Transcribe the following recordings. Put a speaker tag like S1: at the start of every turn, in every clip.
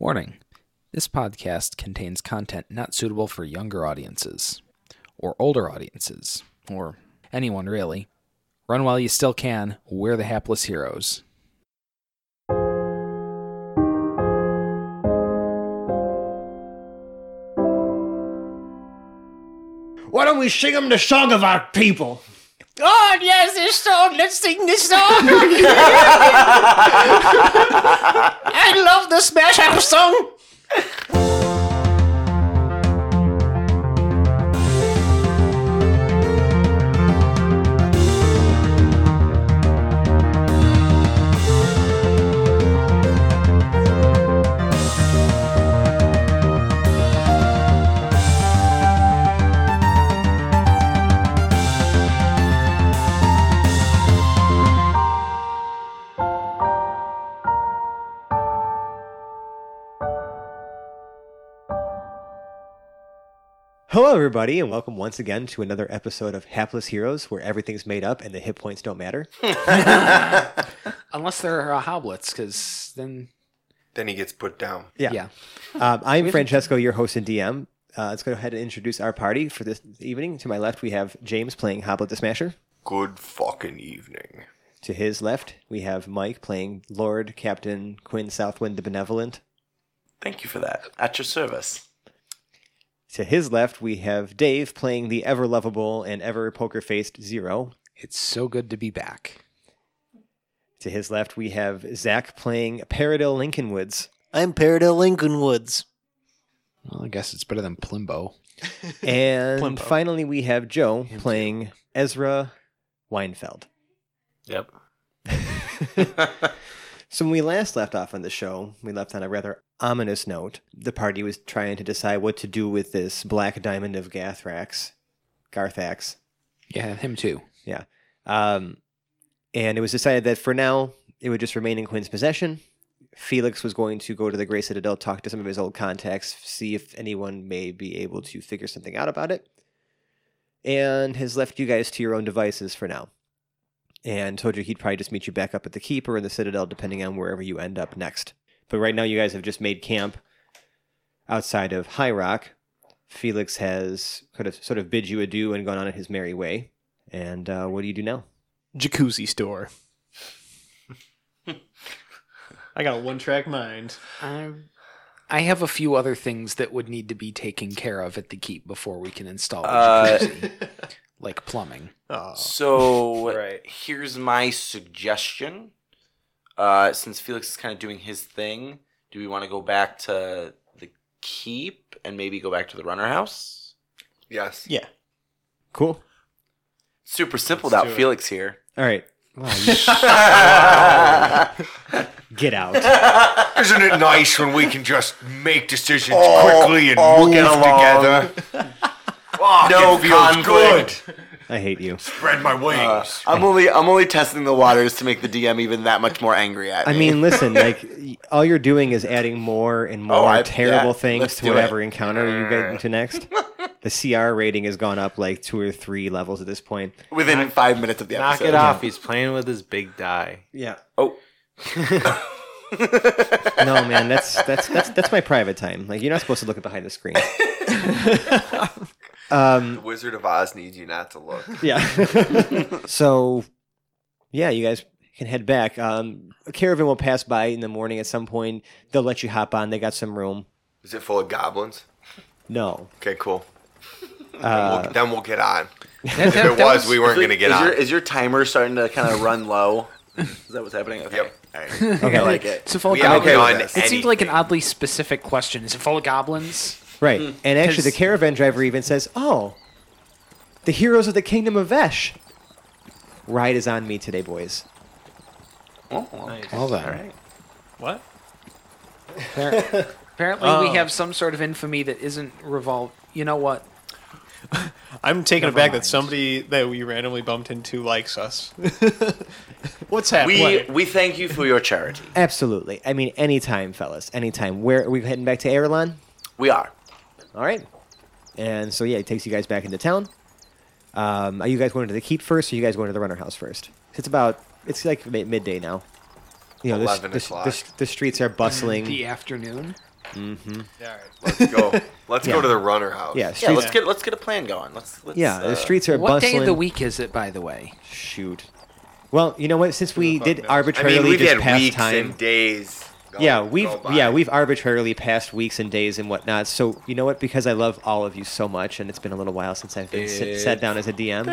S1: Warning This podcast contains content not suitable for younger audiences, or older audiences, or anyone really. Run while you still can, we're the hapless heroes.
S2: Why don't we sing them the song of our people?
S3: God, yes, this song. Let's sing this song. I love the Smash House song.
S2: Hello, everybody, and welcome once again to another episode of Hapless Heroes, where everything's made up and the hit points don't matter.
S1: Unless they're uh, hoblets, because then.
S4: Then he gets put down.
S2: Yeah.
S1: Yeah.
S2: Um, I'm Francesco, your host and DM. Uh, let's go ahead and introduce our party for this evening. To my left, we have James playing Hoblet the Smasher.
S4: Good fucking evening.
S2: To his left, we have Mike playing Lord Captain Quinn Southwind the Benevolent.
S5: Thank you for that. At your service.
S2: To his left, we have Dave playing the ever lovable and ever poker faced Zero.
S1: It's so good to be back.
S2: To his left, we have Zach playing Paradil Lincoln Woods.
S6: I'm Paradil Lincoln Woods.
S1: Well, I guess it's better than Plimbo.
S2: And
S5: Plimbo.
S2: finally, we have Joe
S1: Him too.
S2: playing Ezra Weinfeld.
S5: Yep.
S2: So, when we last left off on the show, we left on a rather ominous note. The party was trying to decide what to do with this black diamond of Gathrax, Garthax.
S1: Yeah, him too.
S2: Um, and it was decided that for now, it would just remain in Quinn's possession. Felix was going to go to the Gray Citadel, talk to some of his old contacts, see if anyone may be able to figure something out about it, and has left you guys to your own devices for now. And told you he'd probably just meet you back up at the Keep or in the Citadel, depending on wherever you end up next. But right now, you guys have just made camp outside of High Rock. Felix has kind of sort of bid you adieu and gone on his merry way. And uh, what do you do now?
S6: Jacuzzi store.
S5: I got a one track mind.
S1: Um, I have a few other things that would need to be taken care of at the keep before we can install the
S7: Uh,
S1: jacuzzi, like plumbing.
S5: Oh.
S7: So
S5: Right.
S7: here's my suggestion. Uh, since Felix is kind of doing his thing, do we want to go back to the keep and maybe go back to the runner house?
S4: Yes.
S5: Yeah.
S2: Cool.
S7: Super simple
S5: Let's
S7: without
S5: do it.
S7: Felix here.
S2: All right, get out.
S7: Let's
S4: Isn't it nice when we can just make decisions
S7: All-
S4: quickly and
S7: all
S4: move
S7: along.
S4: Oh, together? Fuck,
S7: No
S4: it feels
S7: conflict.
S4: good.
S2: I hate you.
S4: Spread my wings.
S7: Uh, I'm only I'm only testing the waters to make the DM even that much more angry at
S2: I
S7: me.
S2: mean, listen, like y- all you're doing is adding more and more
S7: Oh, I-
S2: terrible
S7: yeah,
S2: things
S7: let's
S2: to
S7: do it.
S2: whatever encounter you get into next. the CR rating has gone up like two or three levels at this point.
S7: within five minutes of the
S5: Knock
S7: episode.
S5: it off. He's playing with his big die.
S2: Yeah.
S7: Oh.
S2: No, man, that's that's that's that's my private time. Like you're not supposed to look at behind the screen.
S4: the
S2: um.
S4: Wizard of Oz needs you not to look.
S2: Yeah. so, yeah, you guys can head back. Um, a caravan will pass by in the morning at some point. They'll let you hop on. They got some room.
S4: Is it full of goblins?
S2: No.
S4: Okay, cool.
S2: Uh,
S4: we'll, then we'll get on.
S1: That-
S4: If
S1: that-
S4: it
S1: that
S4: was, we weren't
S7: Is
S4: going to get
S7: your,
S4: on.
S7: Is your timer starting to kind of run low? Is that what's happening? Okay.
S4: Yep.
S7: All right.
S2: Okay.
S7: I like it.
S1: So full
S4: We
S1: goblins.
S4: outdone
S1: it
S4: anything.
S1: seemed like an oddly specific question. Is it full of goblins?
S2: Right.
S7: Mm.
S2: And actually, the
S1: 'Cause-
S2: caravan driver even says, Oh, the heroes of the kingdom of Vesh. Ride is on me today, boys.
S7: Oh,
S5: Nice.
S1: Well then.
S5: What?
S1: Appar- Apparently,
S5: Oh.
S1: we have some sort of infamy that isn't revolved. You know what?
S5: I'm taken
S1: Never
S5: aback
S1: mind.
S5: that somebody that we randomly bumped into likes us. What's happening?
S7: We we thank you for your charity.
S2: Absolutely. I mean, anytime, fellas. Anytime. Where are we heading back to Aerolon?
S7: We are.
S2: All right. And so, yeah, it takes you guys back into town. Um, are you guys going to the keep first, or you guys going to the runner house first? It's about, it's like mi- midday now. You know, the,
S4: 11
S2: the,
S4: o'clock.
S2: the, the streets are bustling.
S1: Mm,
S6: The afternoon.
S4: Let's go. Let's
S2: Yeah.
S4: go to the runner house.
S2: Yeah,
S7: Yeah,
S2: streets,
S7: let's get let's get a plan going. Let's, let's
S2: yeah,
S7: uh,
S2: the streets are
S1: What
S2: bustling.
S1: day of the week is it, by the way?
S2: Shoot. Well, you know what? Since we did
S4: I
S2: arbitrarily
S4: mean, we've
S2: just
S4: had
S2: pass
S4: weeks
S2: time,
S4: and days. go-
S2: yeah, we've
S4: go by.
S2: yeah we've arbitrarily passed weeks and days and whatnot. So you know what? Because I love all of you so much, and it's been a little while since I've been sit, sat down as a DM.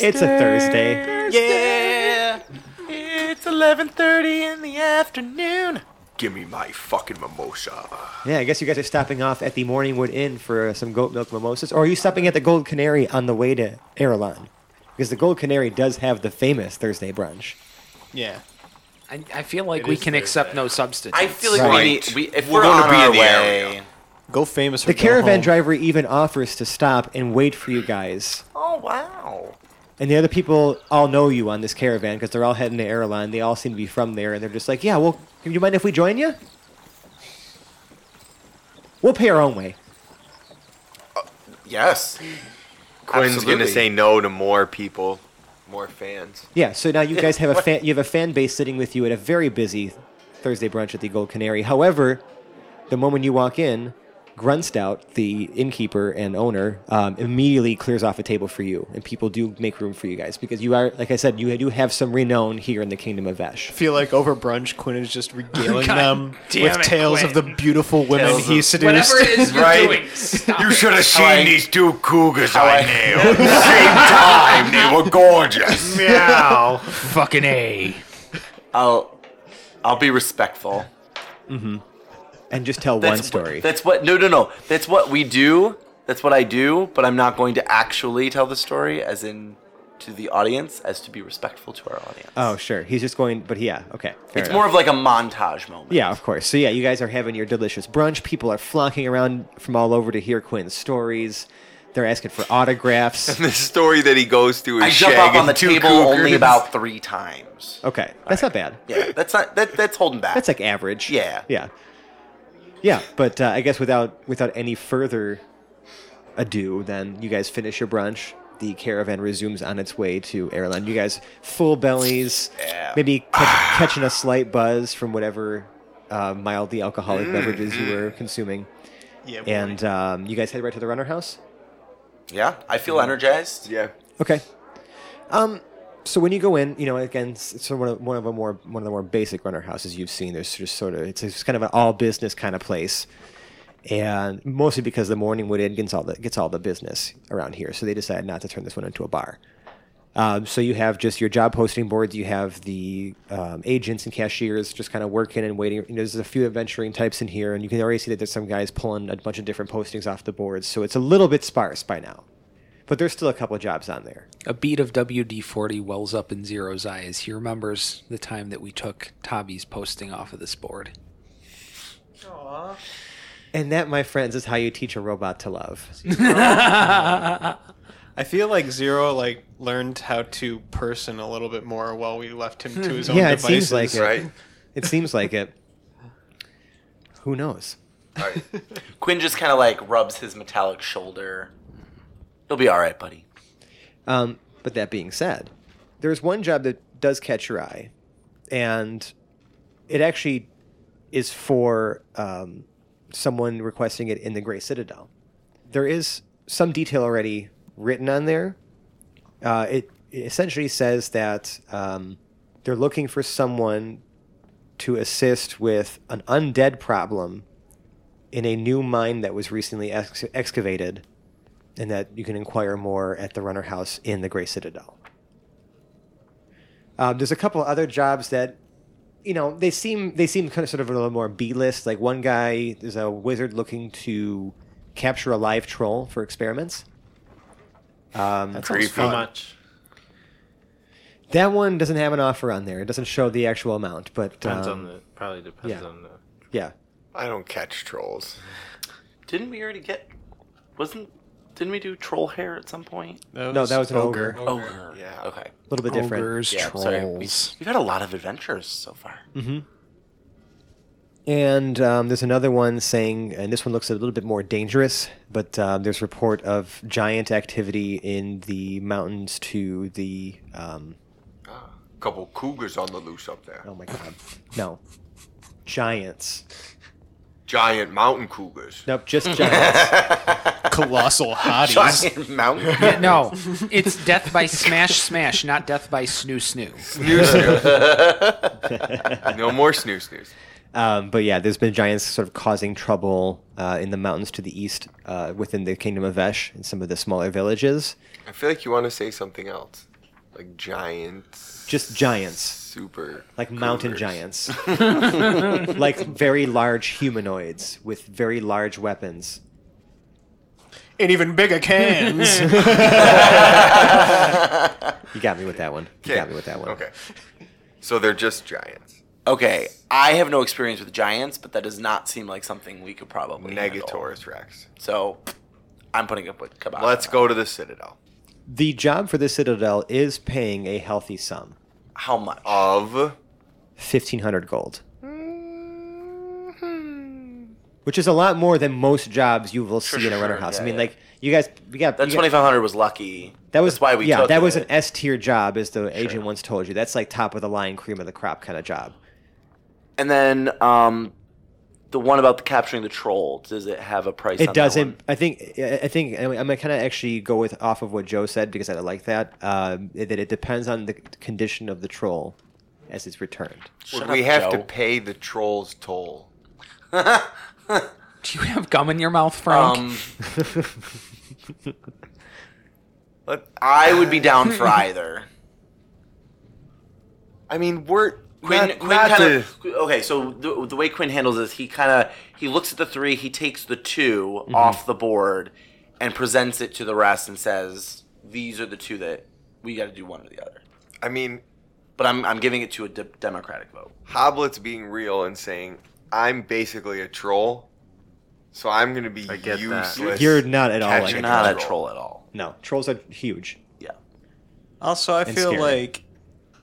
S2: It's a Thursday.
S7: Yeah, it's eleven thirty in the afternoon.
S4: Give me my fucking mimosa.
S2: Yeah, I guess you guys are stopping off at the Morningwood Inn for uh, some goat milk mimosas, or are you stopping at the Gold Canary on the way to Erelon? Because the Gold Canary does have the famous Thursday brunch.
S5: Yeah.
S1: I, I feel like we can accept no substitutes.
S7: I feel like
S4: Right.
S7: we need we if
S4: We're
S7: we're,
S4: gonna
S7: on
S4: be in
S7: our
S4: the
S7: way.
S4: area.
S5: Go famous. Or
S2: The
S5: go
S2: caravan
S5: home.
S2: driver even offers to stop and wait for you guys.
S7: Oh wow!
S2: And the other people all know you on this caravan because they're all heading to Airline. They all seem to be from there, and they're just like, "Yeah, well, do you mind if we join you? We'll pay our own way."
S7: Yes,
S4: Quinn's going to
S7: Absolutely.
S4: say no to more people, more fans.
S2: Yeah. So now you guys have a fan, you have a fan base sitting with you at a very busy Thursday brunch at the Gold Canary. However, the moment you walk in, Grunstout, the innkeeper and owner, um, immediately clears off a table for you, and people do make room for you guys because you are, like I said, you do have some renown here in the Kingdom of Vesh.
S5: I feel like over brunch, Quinn is just regaling
S1: God
S5: them
S1: damn
S5: with
S1: it,
S5: tales of the beautiful women
S7: Tales
S5: he
S7: of-
S5: seduced.
S1: Whatever it is you're
S4: Right?
S1: doing, stop
S4: You should have seen
S7: I-
S4: these two cougars I, nailed. Same time, they were gorgeous.
S3: Meow.
S1: fucking A.
S7: I'll I'll be respectful.
S2: And just tell one story.
S7: That's what. No, no, no. That's what we do. That's what I do. But I'm not going to actually tell the story, as in to the audience, as to be respectful to our audience.
S2: Oh, sure. He's just going, but yeah, okay. fair
S7: it's
S2: enough.
S7: more of like a montage moment.
S2: Yeah, of course. So yeah, you guys are having your delicious brunch. People are flocking around from all over to hear Quinn's stories. They're asking for autographs.
S4: The story that he goes through is
S7: I jump up
S4: shagging
S7: on the
S4: two
S7: table
S4: cougars.
S7: only about three times.
S2: Okay, that's not bad.
S7: Yeah, that's not that. That's holding back.
S2: That's like average.
S7: Yeah.
S2: Yeah. Yeah, but uh, I guess without without any further ado, then you guys finish your brunch. The caravan resumes on its way to airline. You guys full bellies, maybe catch, catching a slight buzz from whatever uh, mildly alcoholic
S7: Mm-hmm.
S2: beverages you were consuming.
S5: Yeah,
S2: And um, you guys head right to the runner house.
S7: yeah. I feel energized.
S4: Yeah.
S2: Okay. Um. So when you go in, you know, again, it's it's sort of one of a more one of the more basic runner houses you've seen. There's just sort of it's just kind of an all business kind of place, and mostly because the Morningwood Inn gets all the gets all the business around here, so they decided not to turn this one into a bar. Um, so you have just your job posting boards. You have the um, agents and cashiers just kind of working and waiting. You know, there's a few adventuring types in here, and you can already see that there's some guys pulling a bunch of different postings off the boards. So it's a little bit sparse by now, but there's still a couple of jobs on there.
S1: A beat of WD 40 wells up in Zero's eye as he remembers the time that we took Tabby's posting off of this board.
S2: And that, my friends, is how you teach a robot to love.
S5: I feel like Zero like learned how to person a little bit more while we left him to his own
S2: Hmm. Yeah, it
S5: devices.
S2: seems like it.
S4: Right?
S2: It seems like it. Who knows?
S4: Right.
S7: Quinn just kind of like rubs his metallic shoulder. You'll be all right, buddy.
S2: Um, but that being said, there's one job that does catch your eye, and it actually is for um, someone requesting it in the Gray Citadel. There is some detail already written on there. Uh, it, it essentially says that um, they're looking for someone to assist with an undead problem in a new mine that was recently ex- excavated and that you can inquire more at the Runner House in the Gray Citadel. Um, there's a couple other jobs that, you know, they seem they seem kind of sort of a little more B list. Like one guy is a wizard looking to capture a live troll for experiments. Um,
S5: That sounds
S4: Creepy.
S5: fun.
S6: Much.
S2: that one doesn't have an offer on there. It doesn't show the actual amount, but
S6: Depends
S2: um,
S6: on the. Probably depends
S2: yeah.
S6: on the.
S2: yeah,
S4: I don't catch trolls.
S7: Didn't we already get? Wasn't? Didn't we do troll hair at some point?
S2: no, that was an ogre, a
S7: Ogre.
S4: Yeah.
S7: Okay.
S2: little bit different.
S1: Ogres,
S7: Yeah,
S1: trolls.
S7: sorry. We, we've had a lot of adventures so far.
S2: And um, there's another one saying, and this one looks a little bit more dangerous, but um, there's report of giant activity in the mountains to the um,
S4: couple cougars on the loose up there.
S2: Oh my god. No. Giants.
S4: Giant mountain cougars.
S2: Nope, just giants.
S5: Colossal hotties.
S7: Giant mountain.
S1: No, it's death by smash smash, not death by snoo snoo.
S4: Snoo snoo. no more snoo snoos.
S2: um, but yeah, there's been giants sort of causing trouble uh, in the mountains to the east uh, within the kingdom of Vesh and some of the smaller villages.
S4: I feel like you want to say something else, like giants.
S2: Just giants.
S4: Super.
S2: Like mountain
S4: cougars.
S2: giants. like very large humanoids with very large weapons.
S5: and even bigger cans.
S2: You got me with that one. You got me with that one.
S4: Okay. So they're just giants.
S7: Okay, I have no experience with giants, but that does not seem like something we could probably handle.
S4: Negatoris Rex.
S7: So I'm putting up with Kabak.
S4: Let's go to the Citadel.
S2: The job for the Citadel is paying a healthy sum
S7: How much?
S4: Of.
S2: 1500 gold. Which is a lot more than most jobs you will see in a
S7: sure,
S2: runner house.
S7: yeah,
S2: I mean,
S7: yeah.
S2: like you guys, we got
S7: That
S2: you got-
S7: 2500 was lucky.
S2: That was
S7: That's why we
S2: yeah.
S7: took
S2: that was an
S7: it.
S2: S tier job, as the agent once told you. That's like top of the line, cream of the crop kind of job.
S7: And then um, the one about the capturing the troll. Does it have a price? on
S2: It
S7: that
S2: doesn't.
S7: one?
S2: I think. I I think. I'm gonna kind of actually go with off of what Joe said because I like that. Um, that it depends on the condition of the troll as it's returned.
S4: Would
S7: Shut
S4: we
S7: up,
S4: have to
S7: Joe.
S4: pay the trolls toll?
S1: Do you have gum in your mouth, Frank?
S7: Um, I would be down for either.
S4: I mean, we're
S7: Quinn,
S4: not,
S7: Quinn
S4: not
S7: kind
S4: to-
S7: of okay. So the, the way Quinn handles this, he kind of he looks at the three, he takes the 2
S2: Mm-hmm.
S7: off the board, and presents it to the rest and says, "These are the two that we got to do one or the other."
S4: I mean,
S7: But I'm I'm giving it to a de- Democratic vote.
S2: Oh,
S4: Hoblet's being real and saying I'm basically a troll, so I'm gonna be
S5: I get that.
S4: useless.
S2: You're not at all
S4: Catch
S2: like
S4: it.
S7: You're
S2: a
S7: not
S2: troll.
S7: a troll at all.
S2: No, trolls are huge.
S7: Yeah.
S5: Also, I
S2: And
S5: feel
S2: scary.
S5: like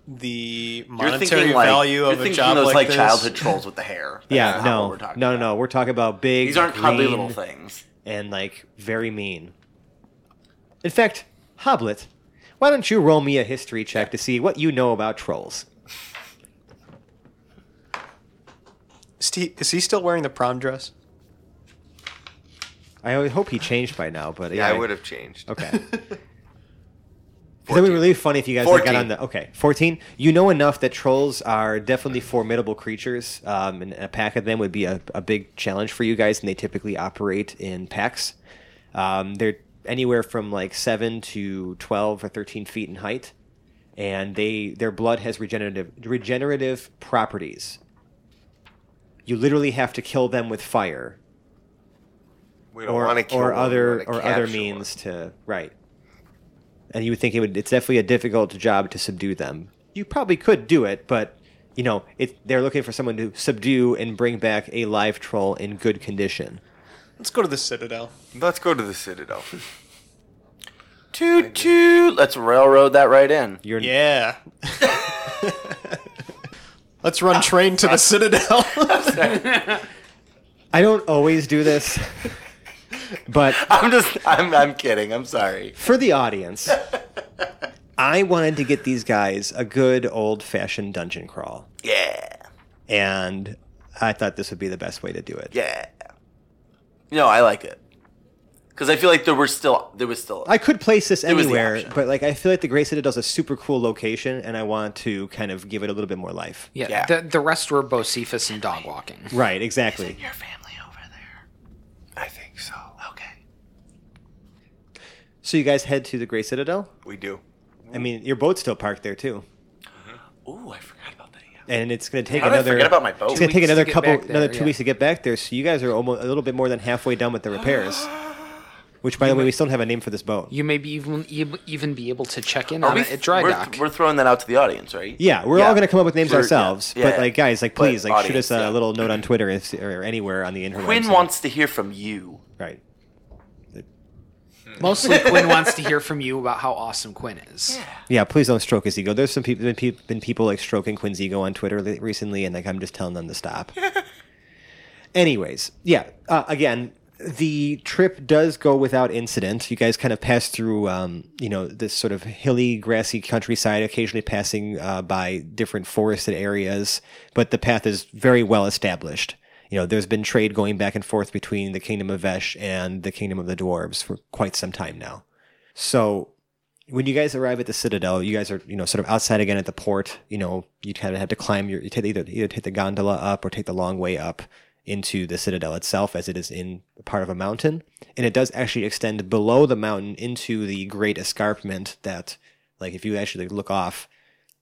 S5: the
S7: You're
S5: monetary
S7: thinking like
S5: value
S7: you're
S5: of a
S7: thinking
S5: job
S7: those
S5: like,
S7: like,
S5: this.
S7: childhood trolls with the hair. That's
S2: Yeah,
S7: not
S2: no,
S7: what we're talking
S2: no, no,
S7: about.
S2: no. We're talking about big.
S7: These aren't cuddly
S2: green
S7: little things.
S2: and like very mean. In fact, Hoblet, why don't you roll me a history check to see what you know about trolls?
S5: Is he, is he still wearing the prom dress?
S2: I always hope he changed by now, but
S4: Yeah,
S2: yeah,
S4: I would have changed.
S2: Okay. 'Cause That would be really funny if you guys like, got
S4: 14.
S2: on the okay fourteen. You know enough that trolls are definitely formidable creatures, um, and a pack of them would be a, a big challenge for you guys. And they typically operate in packs. Um, they're anywhere from like seven to twelve or thirteen feet in height, and they their blood has regenerative regenerative properties. You literally have to kill them with fire
S4: We don't
S2: or,
S4: want to kill
S2: or
S4: one, we
S2: other
S4: wanna
S2: or
S4: capture
S2: other
S4: one.
S2: means to right. And you would think it would. It's definitely a difficult job to subdue them. You probably could do it, but you know, it, they're looking for someone to subdue and bring back a live troll in good condition.
S5: Let's go to the Citadel.
S4: Let's go to the Citadel.
S7: Toot toot. Let's railroad that right in.
S2: You're
S5: Yeah. Let's run train to the Citadel.
S2: I don't always do this, but
S7: I'm just I'm I'm kidding. I'm sorry.
S2: for the audience, I wanted to get these guys a good old-fashioned dungeon crawl,
S7: Yeah.
S2: and I thought this would be the best way to do it.
S7: Yeah. No, I like it. Cuz I feel like there were still there was still
S2: I could place this
S7: was the
S2: anywhere,
S7: option.
S2: but like I feel like the Grey Citadel is a super cool location, and I want to kind of give it a little bit more life.
S1: yeah,
S7: yeah.
S1: The, the rest were Bocephus and dog walking.
S2: Right, exactly.
S7: your family over there.
S4: I think so.
S7: Okay.
S2: So you guys head to the Grey Citadel.
S4: We do.
S2: I mean, your boat's still parked there too,
S7: Ooh, I forgot about that. Yeah.
S2: and it's going to take
S7: How did I
S2: another.
S7: forget about my boat?
S2: It's going to take
S1: Weeks to
S2: another
S1: get
S2: couple,
S1: back there,
S2: another two
S1: yeah.
S2: weeks to get back there. So you guys are almost a little bit more than halfway done with the repairs. Which, by the way, we still don't have a name for this boat.
S1: You may be even e- even be able to check in
S7: Are
S1: on
S7: we-
S1: it at dry
S7: we're,
S1: dock.
S7: We're throwing that out to the audience, right?
S2: Yeah, we're all going to come up with names
S7: Sure, yeah.
S2: ourselves.
S7: Yeah,
S2: but
S7: yeah.
S2: like, guys, like,
S7: But
S2: please, like, shoot
S7: audience,
S2: us a
S7: yeah.
S2: little note on Twitter if, or anywhere on the internet.
S7: Quinn wants to hear from you.
S2: right.
S1: Mostly, Quinn wants to hear from you about how awesome Quinn is.
S2: Yeah, please don't stroke his ego. There's some people been, peop been people like stroking Quinn's ego on Twitter li- recently, and like I'm just telling them to stop. Anyways, yeah. Uh, again, the trip does go without incident. You guys kind of pass through, um, you know, this sort of hilly, grassy countryside, occasionally passing uh, by different forested areas, but the path is very well established. You know, there's been trade going back and forth between the kingdom of Vesh and the kingdom of the dwarves for quite some time now. So when you guys arrive at the citadel, you guys are you know sort of outside again at the port. You know you kind of have to climb your you take either either take the gondola up or take the long way up into the citadel itself, as it is in part of a mountain, and it does actually extend below the mountain into the great escarpment that, like, if you actually look off,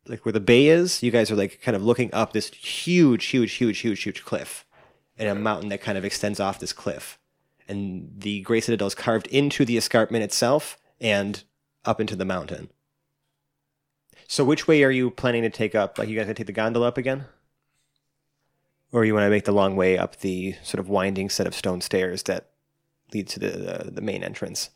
S2: like where the bay is, you guys are like kind of looking up this huge, huge, huge, huge, huge cliff, and a mountain that kind of extends off this cliff and the Grey Citadel is carved into the escarpment itself and up into the mountain. So, which way are you planning to take up? Like, you guys gonna take the gondola up again, or you want to make the long way up the sort of winding set of stone stairs that lead to the uh, the main entrance?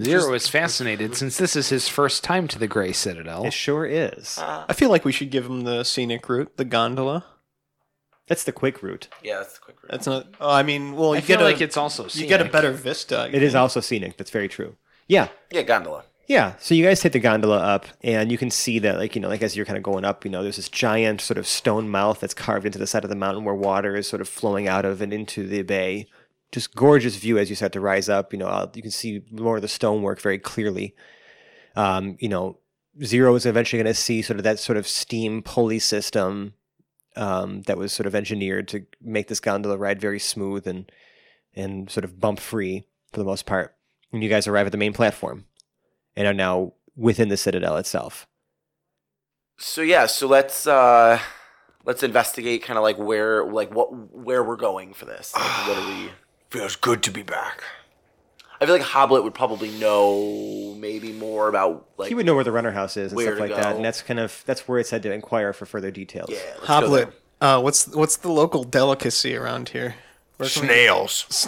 S1: Zero is fascinated since this is his first time to the Gray Citadel.
S2: It sure is.
S5: I feel like we should give him the scenic route, the gondola.
S2: That's the quick route.
S7: Yeah, that's a quick route.
S5: That's not. Oh, I mean, well, you
S1: I feel
S5: get a,
S1: like it's also
S5: you get a
S1: scenic.
S5: better vista.
S2: It is also scenic. That's very true. Yeah,
S7: Yeah, gondola.
S2: Yeah, so you guys take the gondola up, and you can see that, like you know, like as you're kind of going up, you know, there's this giant sort of stone mouth that's carved into the side of the mountain where water is sort of flowing out of and into the bay. Just gorgeous view as you start to rise up. You know, uh, you can see more of the stonework very clearly. Um, you know, Zero is eventually going to see sort of that sort of steam pulley system um, that was sort of engineered to make this gondola ride very smooth and and sort of bump free for the most part. And you guys arrive at the main platform and are now within the citadel itself.
S7: So yeah, so let's uh let's investigate kind of like where like what where we're going for this. Like, what are we?
S4: Feels good to be back.
S7: I feel like Hoblet would probably know maybe more about like
S2: he would know where the runner house is and
S7: where
S2: stuff
S7: to
S2: like that,
S7: go.
S2: and that's kind of that's where it's had to inquire for further details.
S7: Yeah, let's go
S5: Hoblet.
S7: there.
S5: Uh, what's what's the local delicacy around here?
S4: Snails.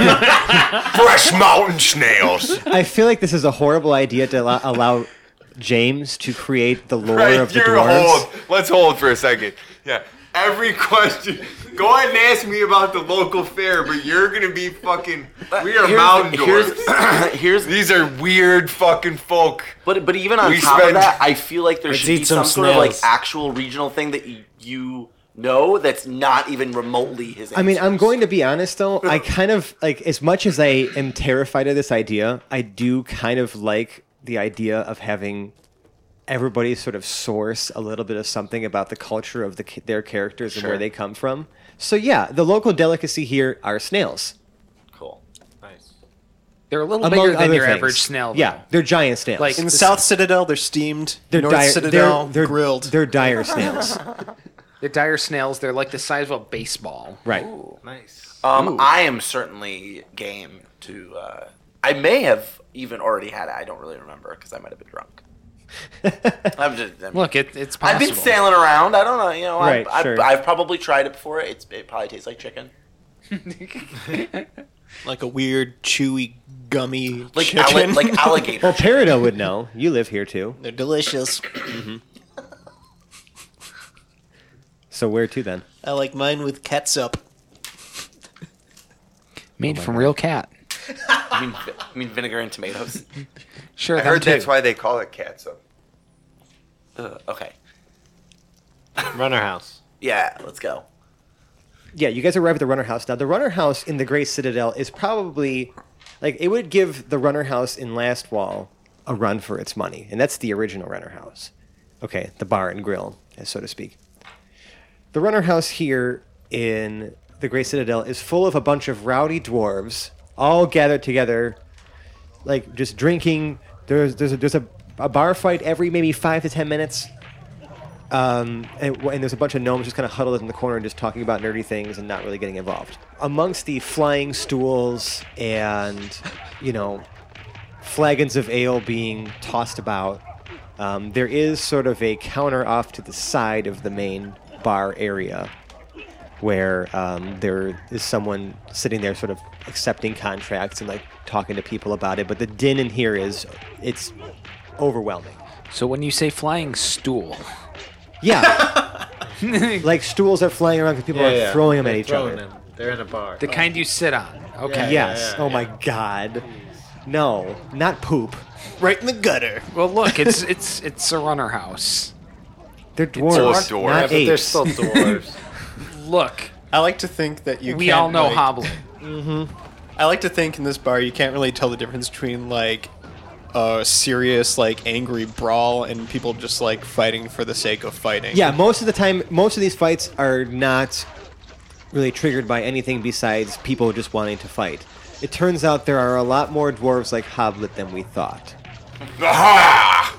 S4: Fresh mountain snails.
S2: I feel like this is a horrible idea to allow, allow James to create the lore
S4: Right,
S2: of the
S4: you're
S2: dwarves.
S4: hold. Let's hold for a second. Yeah. Every question, go ahead and ask me about the local fair, but you're gonna be fucking. We are
S7: Here's-
S4: mountain dwarves.
S7: here's, here's
S4: These are weird fucking folk.
S7: But but even on
S4: We
S7: top of
S4: spend-
S7: that, I feel like there
S6: Let's
S7: should be
S6: eat
S7: some,
S6: some
S7: sort of like
S6: snails.
S7: actual regional thing that y- you know that's not even remotely his.
S2: I mean, I'm
S7: answers.
S2: going to be honest though. I kind of like, as much as I am terrified of this idea, I do kind of like the idea of having everybody sort of source a little bit of something about the culture of the, ca- their characters and where they come from. So yeah, the local delicacy here are snails.
S7: cool.
S1: They're a little
S2: Among
S1: bigger than
S2: other
S1: your
S2: things.
S1: average snail.
S2: Yeah, they're giant snails.
S1: Like-
S5: In the
S1: This-
S5: South Citadel, they're steamed.
S2: they're
S5: North
S2: dire,
S5: Citadel,
S2: they're, they're
S5: grilled.
S2: They're dire snails.
S1: though. They're dire snails. They're like the size of a baseball.
S2: Right.
S7: Um, I am certainly game to. Uh, I may have even already had it. I don't really remember because I might have been drunk. I'm just. I'm,
S1: Look, it, it's
S7: I've
S1: possible.
S7: been sailing around. I don't know. You know,
S2: Right,
S7: I,
S2: sure.
S7: I, I've probably tried it before. It's it probably tastes like chicken,
S5: like a weird, chewy, gummy
S7: like
S5: chicken.
S7: alli- like alligator.
S2: Well, Peridot would know. You live here too.
S5: they're delicious.
S2: So where to then?
S5: I like mine with ketchup.
S1: Made from real cat.
S7: I mean, vi- I mean vinegar and tomatoes.
S1: Sure,
S4: I
S1: them
S4: heard
S1: too.
S4: that's why they call it catsup.
S7: Ugh, okay.
S6: Runner house.
S7: Yeah, let's go.
S2: Yeah, you guys arrive at the Runner House. Now, the Runner House in the Grey Citadel is probably like it would give the Runner House in Last Wall a run for its money, and that's the original Runner House. Okay, the bar and grill, as so to speak. The Runner House here in the Grey Citadel is full of a bunch of rowdy dwarves, all gathered together, like just drinking. There's there's a, there's a, a bar fight every maybe five to ten minutes. and, and there's a bunch of gnomes just kind of huddled in the corner and just talking about nerdy things and not really getting involved. Amongst the flying stools and, you know, flagons of ale being tossed about, um, there is sort of a counter off to the side of the main bar area where um, there is someone sitting there sort of accepting contracts and like talking to people about it. But the din in here is, it's overwhelming.
S1: So when you say flying stool,
S2: Yeah. like stools are flying around because people are throwing them at each other.
S6: They're at a bar.
S1: The kind you sit on. Okay.
S6: Yeah.
S1: Yes.
S2: yes. oh my god. No, not poop.
S5: Right in the gutter.
S1: Well, look, it's it's it's a runner house.
S2: They're dwarves,
S4: dwarf. Yeah,
S2: not
S4: but
S6: but they're
S2: apes.
S6: still dwarves.
S1: Look,
S5: I like to think that you.
S1: we
S5: can't,
S1: all know
S5: like-
S1: hobbling.
S5: I like to think in this bar you can't really tell the difference between like a serious like angry brawl and people just like fighting for the sake of fighting.
S2: yeah, most of the time, most of these fights are not really triggered by anything besides people just wanting to fight. It turns out there are a lot more dwarves like Hoblet than we thought.
S4: Aha!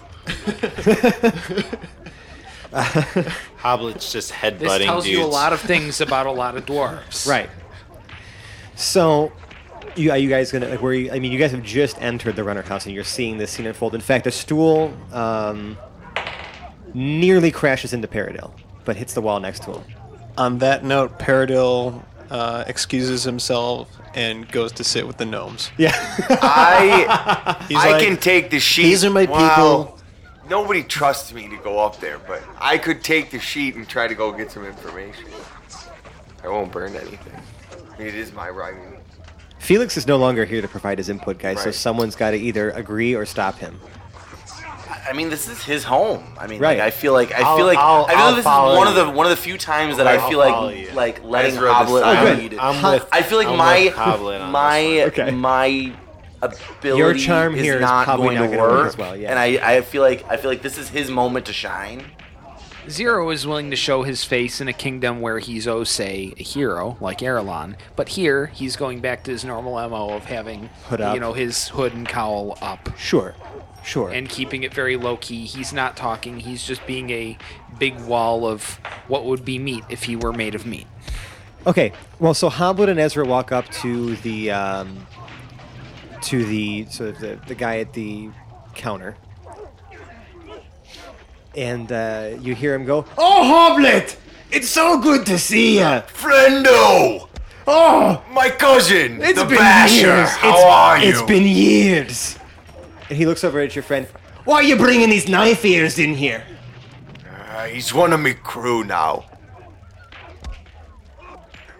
S6: Hoblet's just headbutting
S1: This tells
S6: dudes.
S1: you a lot of things about a lot of dwarves.
S2: Right. So, you, are you guys gonna like? Where you, I mean, you guys have just entered the runner house and you're seeing this scene unfold. In fact, a stool um, nearly crashes into Paradil, but hits the wall next to him.
S5: On that note, Paradil uh, excuses himself and goes to sit with the gnomes.
S2: Yeah.
S4: I
S5: He's
S4: I
S5: like,
S4: can take the sheet.
S5: "These are my
S4: Wow. Nobody trusts me to go up there, but I could take the sheet and try to go get some information. I won't burn anything. I mean, it is my right.
S2: Felix is no longer here to provide his input, guys. So
S4: Right.
S2: someone's got to either agree or stop him.
S7: I mean, this is his home. I mean,
S2: Right.
S7: like, I feel like I
S6: I'll-
S7: feel like
S6: I'll-
S7: I feel
S6: I'll
S7: like this is
S6: follow
S7: one of
S6: you.
S7: the one of the few times that
S6: I'll
S7: I feel
S6: follow
S7: like
S6: you.
S7: like letting
S4: Ezra the
S7: Hoblet
S4: Silent.
S7: lead.
S6: I'm with.
S7: I feel like
S6: I'm with Hoblet
S7: my
S6: on
S7: my
S6: this
S2: one. Okay.
S7: my ability
S2: Your charm
S7: is
S2: here is
S7: not
S2: probably
S7: going
S2: not
S7: to
S2: gonna work
S7: work.
S2: as well, yeah.
S7: And I, I feel like I feel like this is his moment to shine.
S1: Zero is willing to show his face in a kingdom where he's, oh, say, a hero, like Erelon. But here, he's going back to his normal MO of having,
S2: Hood up.
S1: you know, his hood and cowl up
S2: Sure. Sure.
S1: and keeping it very low key. He's not talking, he's just being a big wall of what would be meat if he were made of meat.
S2: Okay. Well, so Hoblet and Ezra walk up to the um, to the sort of the, the guy at the counter, and uh, you hear him go, "Oh, Hoblet, it's so good to see you.
S4: Friendo!
S2: Oh,
S4: My cousin!
S2: it's
S4: the
S2: been
S4: basher!
S2: years.
S4: How
S2: It's-
S4: are you?
S2: It's been years." And he looks over at your friend. Why are you bringing these knife ears in here?
S4: Uh, he's one of my crew now.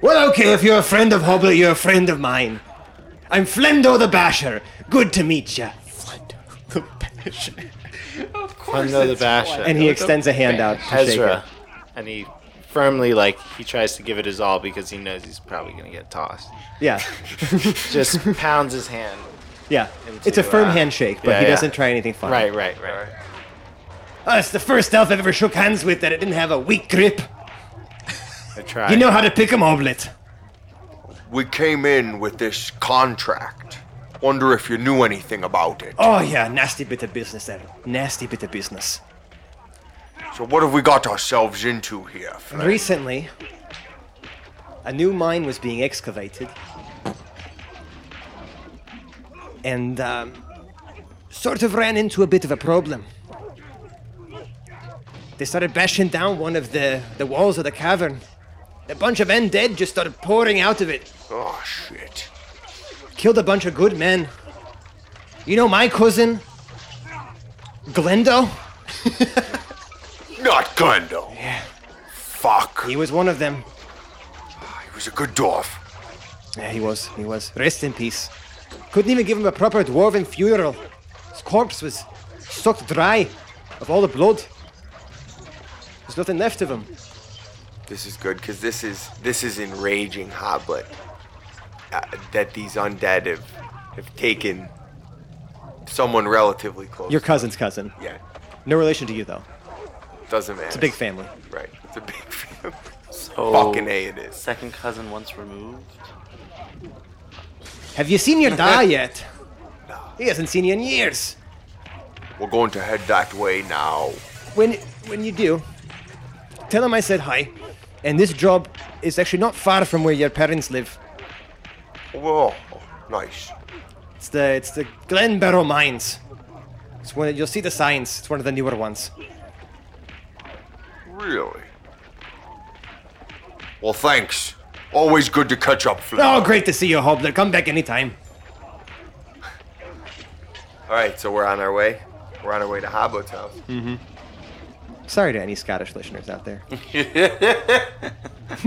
S2: Well, okay, if you're a friend of Hoblet, you're a friend of mine. I'm Flendo the Basher. Good to meet you.
S6: Hundo the Basha.
S2: And he extends a hand out to shake it.
S6: Ezra. And he firmly, like, he tries to give it his all because he knows he's probably going to get tossed.
S2: Yeah,
S6: Just pounds his hand.
S2: yeah.
S6: Into,
S2: It's a firm
S6: uh,
S2: handshake, but
S6: yeah,
S2: he
S6: yeah.
S2: doesn't try anything fun.
S6: Right, right, right.
S2: Oh, it's the first elf I've ever shook hands with that it didn't have a weak grip.
S6: I try.
S2: You know how to pick 'em, Hoblet.
S4: We came in with this contract. Wonder if you knew anything about it.
S2: Oh, yeah, nasty bit of business there. Nasty bit of business.
S4: So what have we got ourselves into here? Fred?
S2: Recently, a new mine was being excavated. And, um, sort of ran into a bit of a problem. They started bashing down one of the, the walls of the cavern. A bunch of undead just started pouring out of it.
S4: Oh shit.
S2: killed a bunch of good men. You know my cousin, Glendo?
S4: Not Gundo. Yeah. Fuck.
S2: He was one of them.
S4: He was a good dwarf.
S2: Yeah, he was. He was. Rest in peace. Couldn't even give him a proper dwarven funeral. His corpse was sucked dry of all the blood. There's nothing left of him.
S4: This is good because this is this is enraging Hoblet uh, that these undead have have taken someone relatively close.
S2: cousin's cousin.
S4: yeah,
S2: No relation to you, though.
S4: doesn't matter. It's
S2: family.
S4: right? It's a big family.
S7: So
S4: Fucking a it is.
S7: Second cousin once removed.
S2: Have you seen your dad yet? He hasn't seen you in years.
S4: We're going to head that way now.
S2: when when you do, tell him I said hi. And this job is actually not far from where your parents live.
S4: Whoa, nice.
S2: It's the it's the Glen Barrow Mines. It's one you'll see the signs. It's one of the newer ones.
S4: Really? Well, thanks. Always good to catch up, Flynn.
S2: Oh, great to see you, Hobler. Come back anytime.
S4: Hmm. All right, so we're on our way. We're on our way to Hoblet's house.
S2: Sorry to any Scottish listeners out there.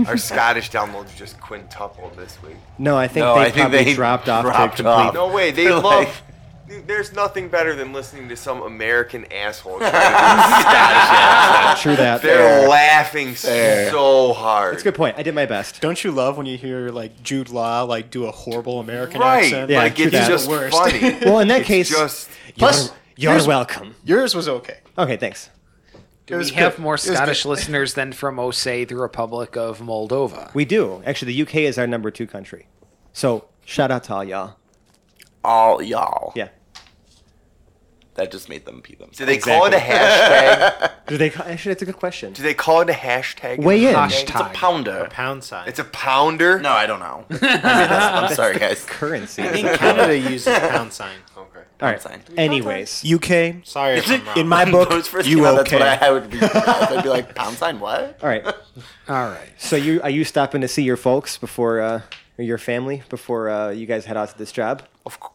S4: Our Scottish downloads just quintupled this week.
S2: No, I think
S7: No,
S2: they
S7: I think
S2: probably
S7: they
S2: dropped off
S7: dropped
S2: to complete.
S7: off.
S4: No way, they
S7: Like-
S4: love. Dude, There's nothing better than listening to some American asshole. trying to do Scottish accent.
S2: True that.
S4: They're laughing so hard.
S2: That's a good point. I did my best.
S5: Don't you love when you hear like Jude Law like do a horrible American
S4: right?
S5: accent?
S2: Yeah,
S4: like
S2: true
S4: it's
S2: that.
S4: just
S5: The worst.
S4: funny.
S2: Well, in that
S4: It's
S2: case,
S4: just
S5: Plus,
S2: you're,
S5: here's-
S2: welcome.
S5: yours was okay.
S2: Okay, thanks.
S5: It
S1: Do
S5: was
S1: we have
S5: good.
S1: more
S5: It was good.
S1: Scottish listeners than from, oh, say, the Republic of Moldova?
S2: We do. Actually, the UK is our number two country. So shout out to all y'all.
S7: All y'all.
S2: Yeah.
S7: That just made them pee themselves.
S4: do they call it a hashtag?
S2: Do they? ca- Actually, that's a good question.
S4: do they call it a hashtag?
S2: Weigh in.
S1: Hashtag.
S7: It's a pounder.
S6: Pound sign.
S4: It's a pounder.
S7: No, I don't know. I'm sorry, guys.
S2: Currency.
S6: I think Canada uses pound sign.
S4: Okay.
S2: all right.
S7: sign.
S2: Anyways,
S5: UK.
S6: Sorry if I'm wrong.
S5: In my book,
S7: Those first
S5: you
S7: came out,
S5: okay?
S7: That's what I would be. I'd be like, pound sign what?
S2: all right.
S1: All right.
S2: So you are you stopping to see your folks before uh, or your family before uh, you guys head out to this job?
S4: Of cou-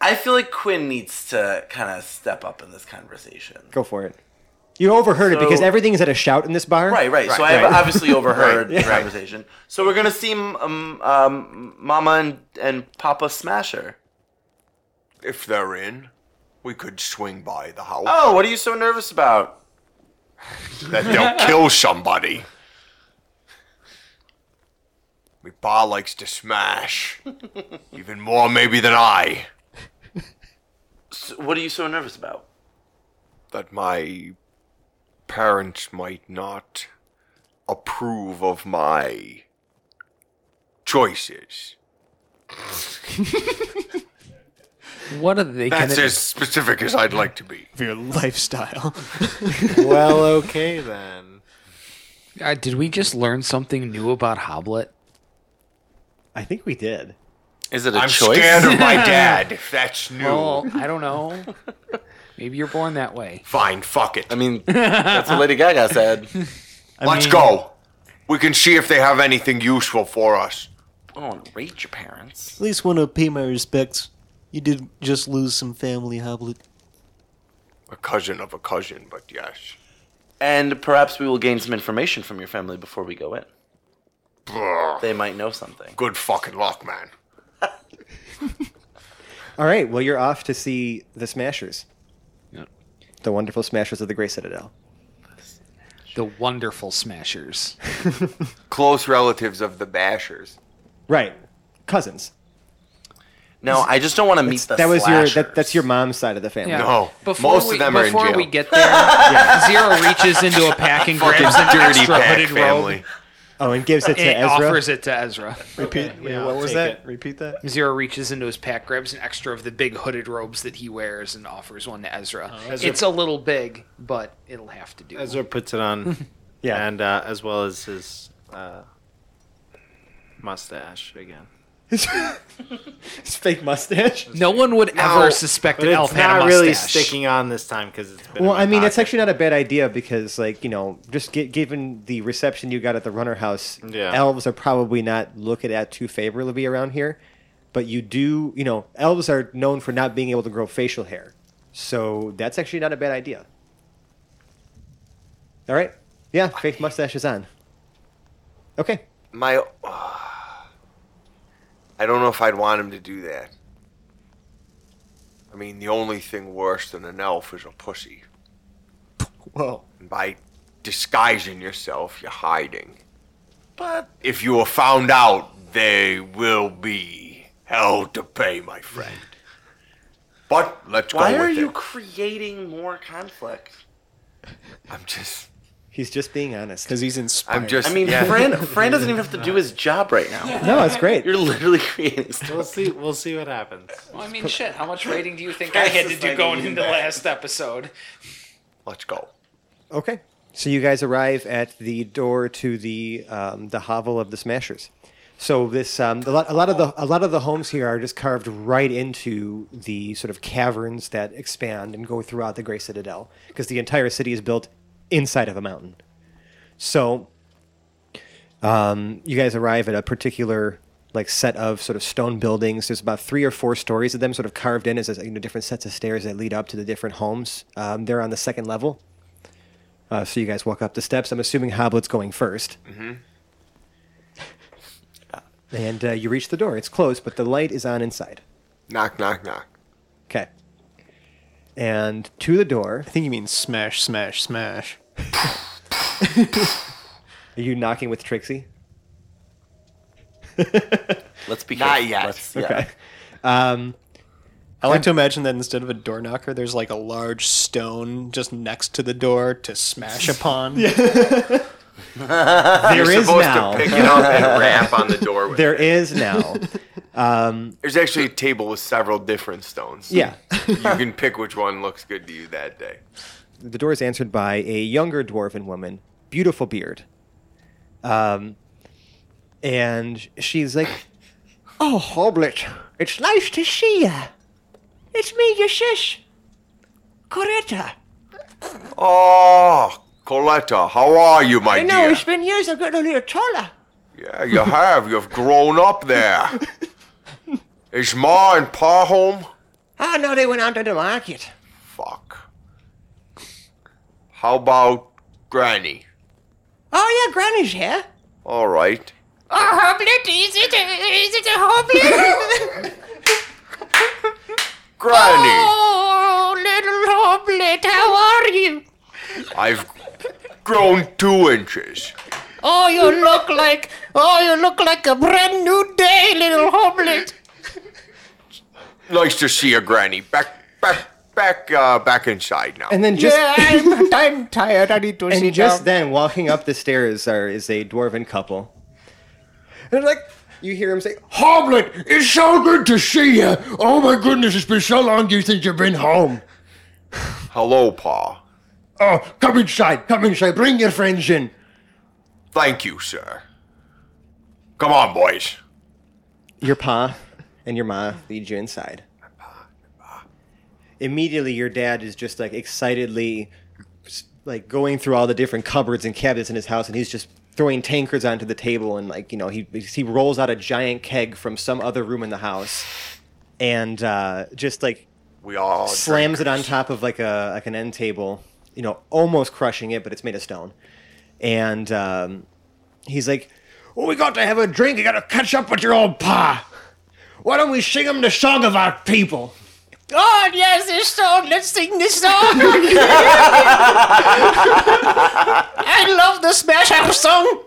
S7: I feel like Quinn needs to kind of step up in this conversation.
S2: Go for it. You overheard it because
S7: So-
S2: everything is at a shout in this bar.
S7: Right, right. So
S4: Right,
S7: I've
S2: right.
S7: obviously overheard
S4: Right,
S7: the
S4: right.
S7: conversation. So we're gonna see um, um, Mama and, and Papa Smasher.
S4: If they're in, we could swing by the house.
S7: Oh, what are you so nervous about?
S4: That they'll kill somebody. My pa likes to smash. Even more maybe than I.
S7: S what are you so nervous about?
S4: That my parents might not approve of my choices.
S1: What are they
S4: That's
S1: gonna-
S4: as specific as I'd like to be.
S5: For your lifestyle.
S6: well, okay then.
S1: Uh, did we just learn something new about Hoblet?
S2: I think we did.
S7: Is it a
S4: I'm scared of my dad, if that's new.
S1: Well, Oh, I don't know. Maybe you're born that way.
S4: Fine, fuck it.
S7: I mean, that's what Lady Gaga said.
S4: Let's go. We can see if they have anything useful for us.
S7: I don't want to rate your parents.
S8: At least want to pay my respects. You did just lose some family, Hoblet.
S4: A cousin of a cousin, but yes.
S7: And perhaps we will gain some information from your family before we go in.
S4: Brr.
S7: They might know something.
S4: Good fucking luck, man.
S2: All right. Well, you're off to see the Smashers. The wonderful Smashers of the Grey Citadel.
S1: The wonderful Smashers.
S4: Close relatives of the Bashers.
S2: Right. Cousins.
S7: No, I just don't want to meet the
S2: that was your that,
S7: slashers.
S2: that's your mom's side of the family.
S1: Yeah.
S4: No,
S1: Before
S4: most of
S1: we,
S4: them are in
S1: Before
S4: jail.
S1: we get there, Zero reaches into a pack and grabs an
S4: Dirty
S1: extra
S4: pack
S1: hooded robe
S4: family.
S2: Oh, and gives it to
S1: and
S2: Ezra.
S1: offers it to Ezra.
S5: Repeat. yeah, what was that? Repeat that.
S1: Zero reaches into his pack, grabs an extra of the big hooded robes that he wears, and offers one to Ezra.
S6: Oh, Ezra-
S1: It's a little big, but it'll have to do.
S6: Ezra puts it on,
S2: Yeah.
S6: and uh, as well as his uh, mustache again.
S2: his fake mustache.
S1: No one would ever suspect
S6: But
S1: an
S6: it's
S1: elf had a
S6: not
S1: mustache.
S6: really sticking on this time because it's been.
S2: Well,
S6: in my
S2: I mean, it's
S6: pocket.
S2: actually not a bad idea because, like, you know, just gi- given the reception you got at the Runner House,
S6: Yeah.
S2: elves are probably not looked at too favorably around here. But you do, you know, elves are known for not being able to grow facial hair, so that's actually not a bad idea. All right, yeah, fake mustache is on. Okay,
S4: My. uh, I don't know if I'd want him to do that. I mean, the only thing worse than an elf is a pussy.
S5: Whoa.
S4: And by disguising yourself, you're hiding.
S7: But
S4: If you are found out, they will be hell to pay, my friend. But let's
S7: why
S4: go
S7: are
S4: with
S7: you
S4: it.
S7: creating more conflict?
S4: I'm just.
S2: he's just being honest.
S5: Because he's inspired.
S4: I'm just.
S7: I mean,
S4: yeah.
S7: Fran, Fran doesn't even have to do his job right now.
S2: No, it's great.
S7: You're literally creating
S6: We'll
S7: stuff.
S6: see. We'll see what happens.
S1: Well, I mean, shit. How much rating do you think I had to do going into last episode?
S4: Let's go.
S2: Okay. So you guys arrive at the door to the um, the hovel of the Smashers. So this um, a, lot, a lot of the a lot of the homes here are just carved right into the sort of caverns that expand and go throughout the Grey Citadel because the entire city is built inside of a mountain. So um, you guys arrive at a particular like set of sort of stone buildings. There's about three or four stories of them, sort of carved in as as, you know, different sets of stairs that lead up to the different homes. Um, they're on the second level, uh, so you guys walk up the steps. I'm assuming Hoblet's going 1st And uh, you reach the door. It's closed, but the light is on inside.
S4: Knock, knock, knock.
S2: Okay. And to the door,
S5: I think you mean smash, smash, smash.
S2: are you knocking with Trixie?
S7: Let's be
S4: Not
S7: careful.
S4: yet.
S7: Let's, yeah.
S2: Okay.
S5: I like to imagine that instead of a door knocker, there's like a large stone just next to the door to smash upon.
S2: There
S4: You're
S2: is
S4: supposed
S2: now.
S4: to pick it up and rap on the door. With
S2: There
S4: it.
S2: is now.
S4: There's actually a table with several different stones.
S2: Yeah.
S4: you can pick which one looks good to you that day.
S2: the door is answered by a younger dwarven woman, beautiful beard. Um, and she's like, "Oh, Hoblet, it's nice to see ya. It's me, your sis, Coretta.
S4: Oh, Coletta, how are you, my
S2: I know
S4: dear?
S2: it's been years. I've gotten a little taller.
S4: Yeah, you have. You've grown up there. Is Ma and Pa home?
S2: Ah, no, they went out to the market.
S4: Fuck. How about Granny?
S2: Oh yeah, Granny's here.
S4: All right. Oh, Hoblet, is it a, is it a Hoblet? Granny! Oh, little Hoblet, how are you? I've grown two inches.
S8: Oh, you look like oh, you look like a brand new day, little hoblet.
S4: Nice to see you, Granny. Back, back, back, uh, back inside now.
S2: And then just
S8: I'm, I'm tired. I need to
S2: and
S8: sit
S2: just
S8: down.
S2: then, walking up the stairs are, is a dwarven couple. And like you hear him say,
S9: Hoblet, it's so good to see you. Oh my goodness, it's been so long you since you've been home.
S4: Hello, Pa.
S9: Oh, come inside, come inside, bring your friends in.
S4: Thank you, sir. Come on, boys.
S2: Your pa and your ma lead you inside. Immediately, your dad is just like excitedly, like going through all the different cupboards and cabinets in his house, and he's just throwing tankards onto the table, and like you know, he he rolls out a giant keg from some other room in the house, and uh, just like
S4: We all
S2: slams
S4: drink.
S2: it on top of like a like an end table, you know, almost crushing it, but it's made of stone. And um, he's like,
S9: Well, we got to have a drink, you gotta catch up with your old pa. Why don't we sing him the song of our people?
S8: God, yes, this song. Let's sing this song. I love the smash house song.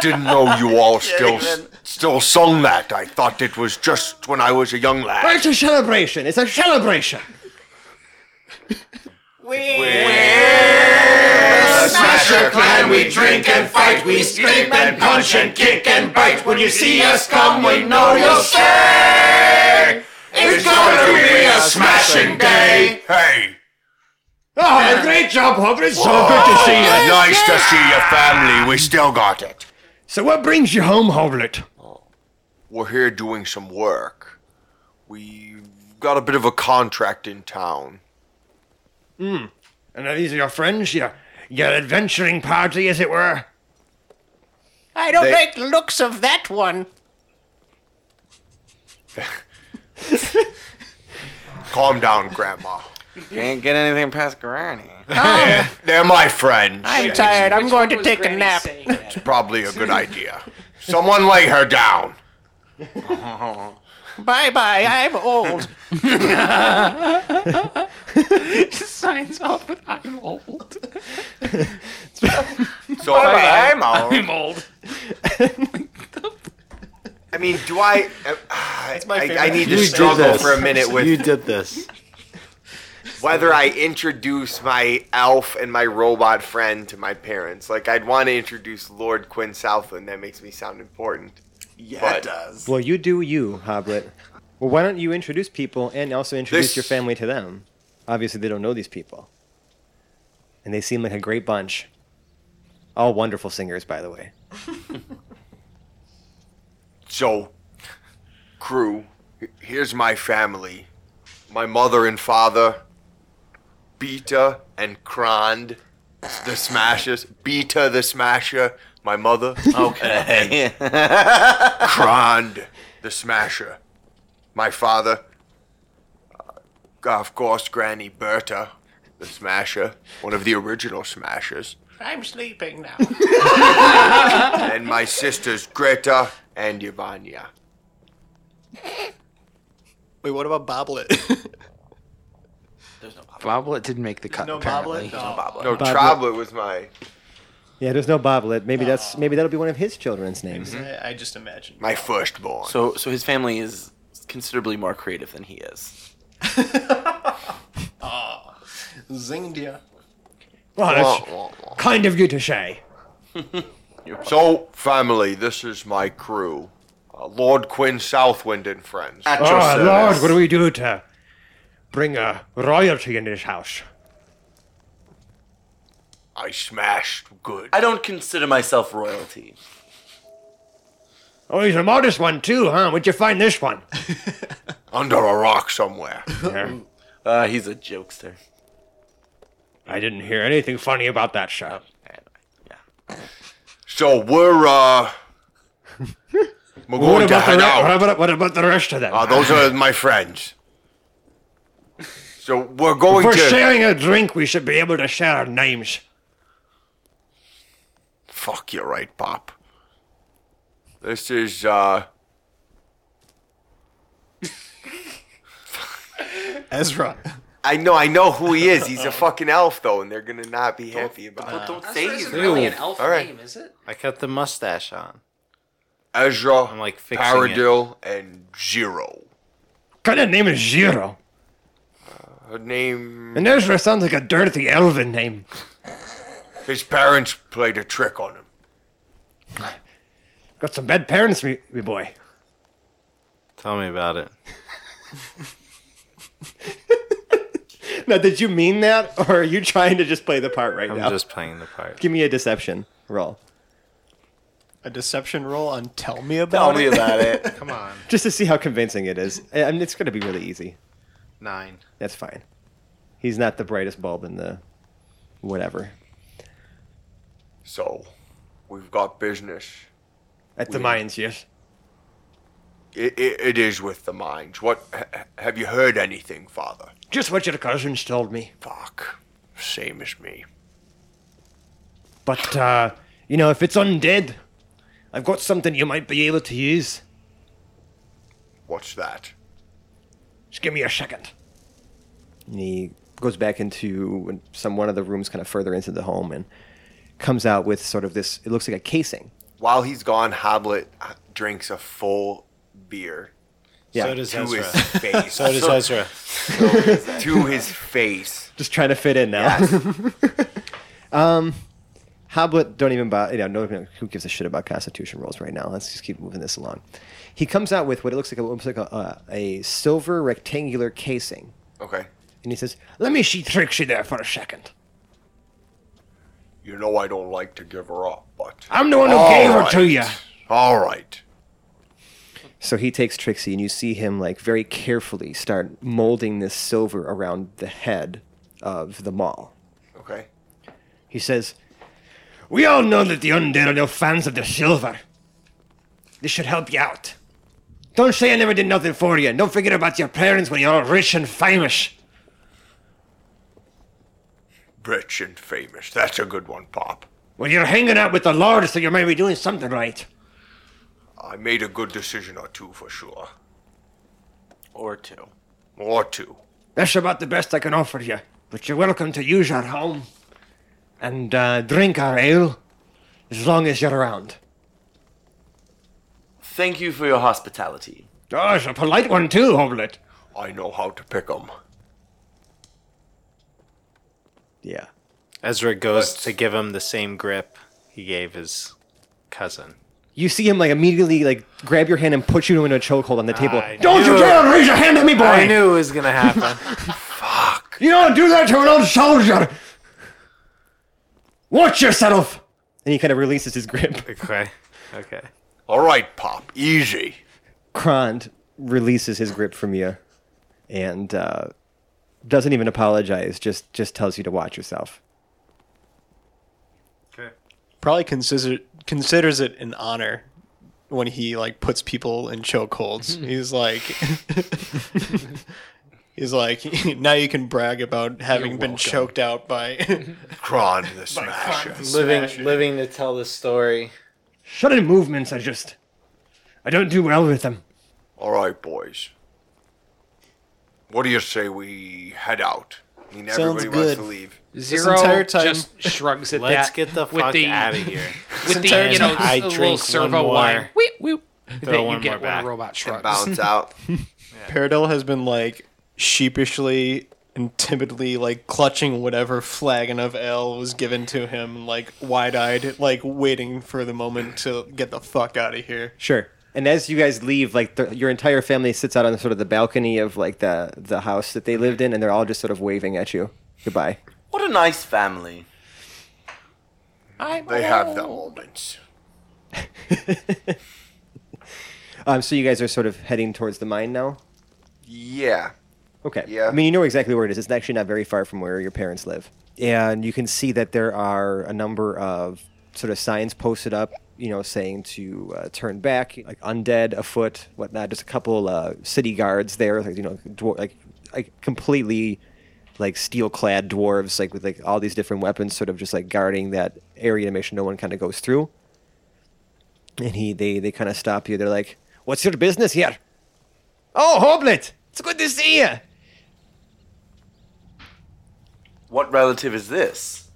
S4: Didn't know you all still still sung that. I thought it was just when I was a young lad.
S9: It's a celebration, it's a celebration.
S4: Smasher clan, we
S3: Drink and fight, we scrape and punch and kick and bite. When you see us come, we know you'll stay. It's gonna be a smashing day.
S4: Hey,
S9: Oh, great job, Hoblet. It's so good to see you.
S4: nice to see your family. We still got it.
S9: So, what brings you home, Hoblet?
S4: We're here doing some work. We got a bit of a contract in town.
S9: And are these your friends? Your, your adventuring party, as it were?
S8: I don't
S4: They-
S8: like the looks of that one.
S4: Calm down, Grandma.
S3: Oh.
S7: Can't get anything past Granny.
S4: They're my friends.
S8: I'm tired. I'm going to take a nap.
S4: It's probably a good idea. Someone lay her down.
S8: Bye bye. I'm old.
S10: Signs off with I'm old.
S4: So I,
S7: I'm all.
S10: I'm old.
S4: I mean, do I? uh, I, I, I need to
S6: You did
S4: struggle
S6: this.
S4: for a minute with
S6: You did this.
S4: whether I introduce my elf and my robot friend to my parents. Like, I'd want to introduce Lord Quinn Southland. That makes me sound important.
S7: Yeah,
S4: But-
S7: it does.
S2: "Well, you do you, Hoblet. Well, why don't you introduce people and also introduce
S4: This-
S2: your family to them? Obviously, they don't know these people, and they seem like a great bunch. All wonderful singers, by the way.
S4: So, crew, h- here's my family my mother and father, Beta and Krond, the Smashers, Beta the Smasher, my mother.
S7: Okay.
S4: Crond, the Smasher. My father. Uh, of course, Granny Berta, the Smasher, one of the original Smashers.
S10: I'm sleeping now.
S4: and my sisters Greta and Yvanya.
S5: Wait, what about Boblet?
S1: Boblet didn't make the cut.
S5: no
S1: apparently.
S5: Boblet? No.
S4: No,
S2: Boblet.
S4: Troblet was my
S2: Yeah, there's no Boblet. Maybe that's maybe that'll be one of his children's names.
S5: I, I just imagine.
S4: my firstborn.
S7: so so his family is considerably more creative than he is.
S5: Zingdia.
S9: Well, that's kind of you to say.
S4: So, family, this is my crew. Uh, Lord Quinn Southwind and friends.
S7: At your
S9: Oh, Lord,
S7: service.
S9: what do we do to bring a royalty into this house?
S4: I smashed good.
S7: I don't consider myself royalty.
S9: Oh, he's a modest one, too, huh? Where'd you find this one?
S4: Under a rock somewhere.
S9: Yeah.
S7: Uh, he's a jokester.
S9: I didn't hear anything funny about that shop.
S4: So we're, uh. We're
S9: What
S4: going to
S9: about, the
S4: head
S9: re-
S4: out.
S9: what, about, what about the rest of them?
S4: Uh, those are my friends. So we're going
S9: if we're
S4: to.
S9: sharing a drink, we should be able to share our names.
S4: Fuck, you're right, Pop. This is, uh.
S5: Ezra.
S4: I know, I know who he is. He's a fucking elf, though, and they're gonna not be happy about it.
S7: Don't say he's
S1: really an elf
S4: All right.
S1: name, is it?
S6: I cut the mustache on.
S4: Ezra,
S6: I'm like fixing it.
S4: Paradil, and Zero.
S9: kind of name is Zero?
S4: Her name.
S9: And Ezra sounds like a dirty elven name.
S4: His parents played a trick on him.
S9: Got some bad parents, me, me boy.
S6: Tell me about it.
S2: Now, did you mean that, or are you trying to just play the part
S9: Um,
S2: right
S6: I'm
S2: now?
S6: just playing the part.
S2: Give me a deception roll,
S5: A deception roll on Tell Me About
S7: Tell me
S5: It.
S7: about it.
S6: Come on.
S2: just to see how convincing it is. I I mean, it's going to be really easy.
S6: Nine.
S2: That's fine. He's not the brightest bulb in the whatever.
S4: So, we've got business.
S2: At
S9: The mines, yes.
S4: It, it, it is with the mines. What ha- ha- have you heard anything, Father?
S9: Just what your cousins told me.
S4: Fuck. Same as me.
S9: But, uh, you know, if it's undead, I've got something you might be able to use.
S4: What's that?
S9: Just give me a second.
S2: And he goes back into some one of the rooms, kind of further into the home, and comes out with sort of this. It looks like a casing.
S4: While he's gone, Hoblet uh, drinks a full beer
S2: Yeah.
S6: So does
S4: to his
S6: Ezra.
S4: face.
S6: So does Ezra.
S4: to his face.
S2: just trying to fit in now. um, Hoblet, don't even bother. You know, no, no- who gives a shit about Constitution rules right now? Let's just keep moving this along. He comes out with what it looks like. It looks like a, uh, a silver rectangular casing,
S4: Okay.
S2: and he says,
S9: Let me see Trixie there for a second.
S4: You know I don't like to give her up, but.
S9: I'm the one who
S6: Oh.
S4: All
S9: gave her to
S4: right.
S9: you.
S4: All right.
S2: So he takes Trixie, and you see him like very carefully start molding this silver around the head of the mall.
S4: Okay.
S9: He says, We all know that the undead are no fans of the silver. This should help you out. Don't say I never did nothing for you. Don't forget about your parents when you're all rich and famous.
S4: Rich and famous. That's a good one, Pop.
S9: When you're hanging out with the Lord, so you may be doing something right.
S4: I made a good decision or two for sure.
S7: or two.
S4: Or two.
S9: That's about the best I can offer you. But you're welcome to use our home and uh, drink our ale as long as you're around.
S7: Thank you for your hospitality.
S9: Oh, it's a polite one too, Hoblet.
S4: I know how to pick 'em.
S2: Yeah.
S6: Ezra goes to give him the same grip he gave his cousin.
S2: You see him like immediately like grab your hand and put you into a chokehold on the table.
S6: I
S9: Don't you
S6: knew it.
S9: dare raise your hand at me, boy!
S6: I knew it was gonna happen.
S9: You don't do that to an old soldier! Watch yourself!
S2: And he kind of releases his grip.
S6: okay. Okay.
S4: All right, Pop. Easy.
S2: Krond releases his grip from you and uh, doesn't even apologize, just just tells you to watch yourself.
S6: Okay.
S5: Probably consider, considers it an honor when he like puts people in chokeholds. he's like, he's like, now you can brag about having been choked out by
S4: Kron the
S5: Smasher.
S6: living, living to tell the story.
S9: Sudden movements are just. I don't do well with them.
S4: All right, boys. What do you say we head out? I mean,
S5: Sounds
S4: everybody wants
S5: good.
S4: to leave.
S5: Zero entire time-
S10: just shrugs at
S6: Let's
S10: that.
S6: get the
S10: with
S6: fuck
S10: the,
S6: outta here.
S10: With
S5: This
S10: the
S5: entire
S10: you know
S6: time- I
S10: a
S6: drink
S10: little
S6: one
S10: servo
S6: more.
S10: wine. Wheep, wheep.
S6: Throw
S10: that you
S6: one
S10: get
S6: more
S10: when
S6: back.
S10: a robot shrugs.
S4: Bounce out.
S5: Paradell has been like sheepishly and timidly like clutching whatever flagon of ale was given to him, like wide eyed, like waiting for the moment to get the fuck out of here.
S2: Sure. And as you guys leave, like the, your entire family sits out on sort of the balcony of like the the house that they lived in, and they're all just sort of waving at you goodbye.
S7: What a nice family.
S10: I'm
S4: They have their moments.
S2: Um, so you guys are sort of heading towards the mine now.
S4: Yeah.
S2: Okay.
S4: Yeah.
S2: I mean, you know exactly where it is. It's actually not very far from where your parents live. And you can see that there are a number of sort of signs posted up, you know, saying to uh, turn back, like undead, afoot, whatnot. Just a couple uh, city guards there, like, you know, dwar- like, like completely like steel clad dwarves, like with like all these different weapons, sort of just like guarding that area to make sure no one kind of goes through. And he, they, they kind of stop you. They're like, "What's your business here?" Oh, Hoblet, it's good to see you.
S7: What relative is this?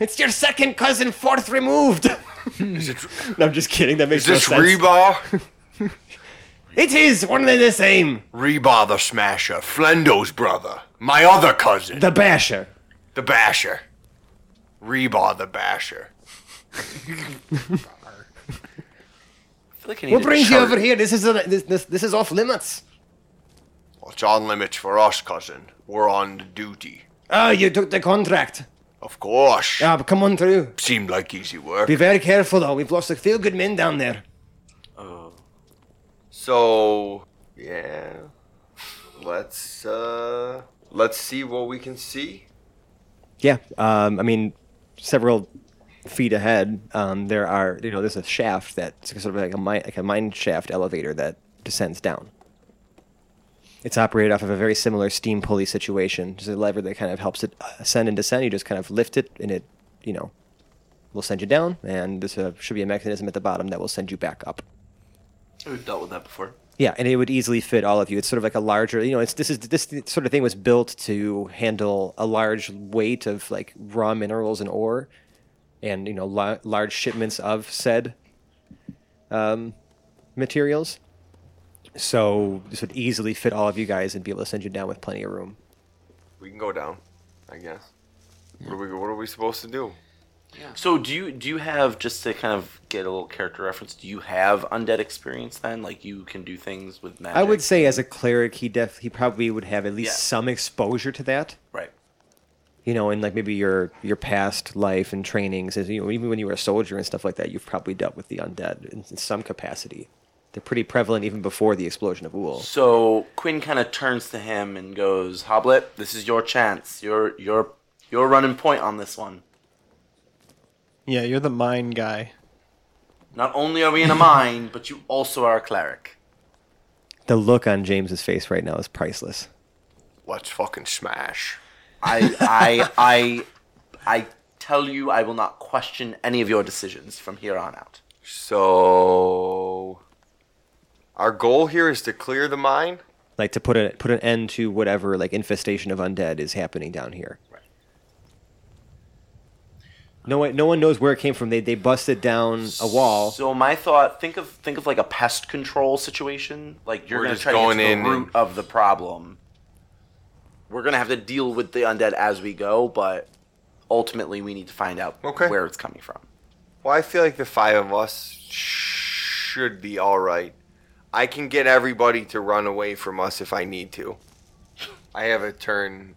S2: It's your second cousin, fourth removed.
S4: Is it,
S2: No, I'm just kidding. That makes
S4: is this
S2: no sense.
S4: Reba?
S2: it is one of the same.
S4: Reba the Smasher, Flendo's brother, my other cousin,
S2: The Basher.
S4: the Basher. Reba the Basher.
S7: I feel like I need
S2: What
S7: a
S2: brings you
S7: chart.
S2: over here? This is a, this, this this is off limits.
S4: Well, it's on limits for us, cousin. We're on duty.
S2: Oh, you took the contract.
S4: Of course.
S2: Ah, but come on through.
S4: Seemed like easy work.
S2: Be very careful though. We've lost a few good men down there.
S4: So yeah, let's uh let's see what we can see.
S2: Yeah. Um, I mean, several feet ahead, um, there are you know there's a shaft that's sort of like a mine, like a mine shaft elevator that descends down. It's operated off of a very similar steam pulley situation. There's a lever that kind of helps it uh, ascend and descend. You just kind of lift it, and it you know will send you down. And there's a, should be a mechanism at the bottom that will send you back up.
S7: We've dealt with that before.
S2: Yeah, and it would easily fit all of you. It's sort of like a larger, you know, it's this is this sort of thing was built to handle a large weight of like raw minerals and ore, and you know, la- large shipments of said um, materials. So this would easily fit all of you guys and be able to send you down with plenty of room.
S4: We can go down, I guess. What are we What are we supposed to do?
S7: So do you do you have just to kind of get a little character reference? Do you have undead experience then? Like you can do things with magic.
S2: I would say, as a cleric, he def he probably would have at least
S7: Yeah.
S2: some exposure to that.
S7: right.
S2: you know, and like maybe your your past life and trainings, as you know, even when you were a soldier and stuff like that, you've probably dealt with the undead in, in some capacity. They're pretty prevalent even before the explosion of Uul.
S7: So Quinn kind of turns to him and goes, "Hoblet, this is your chance. You're you're you're running point on this one.
S5: Yeah, you're the mine guy.
S7: Not only are we in a mine, but you also are a cleric.
S2: The look on James's face right now is priceless.
S4: Let's fucking smash.
S7: I I I I tell you, I will not question any of your decisions from here on out.
S4: So our goal here is to clear the mine.
S2: Like to put a put an end to whatever like infestation of undead is happening down here. Right. No one, no one knows where it came from. They they busted down a wall.
S7: So my thought, think of think of like a pest control situation. Like you're
S4: We're
S7: gonna
S4: just
S7: try to
S4: going
S7: get to
S4: in
S7: the root
S4: and-
S7: of the problem. We're gonna have to deal with the undead as we go, but ultimately we need to find out
S4: Okay.
S7: where it's coming from.
S4: Well, I feel like the five of us should be all right. I can get everybody to run away from us if I need to. I have a turn,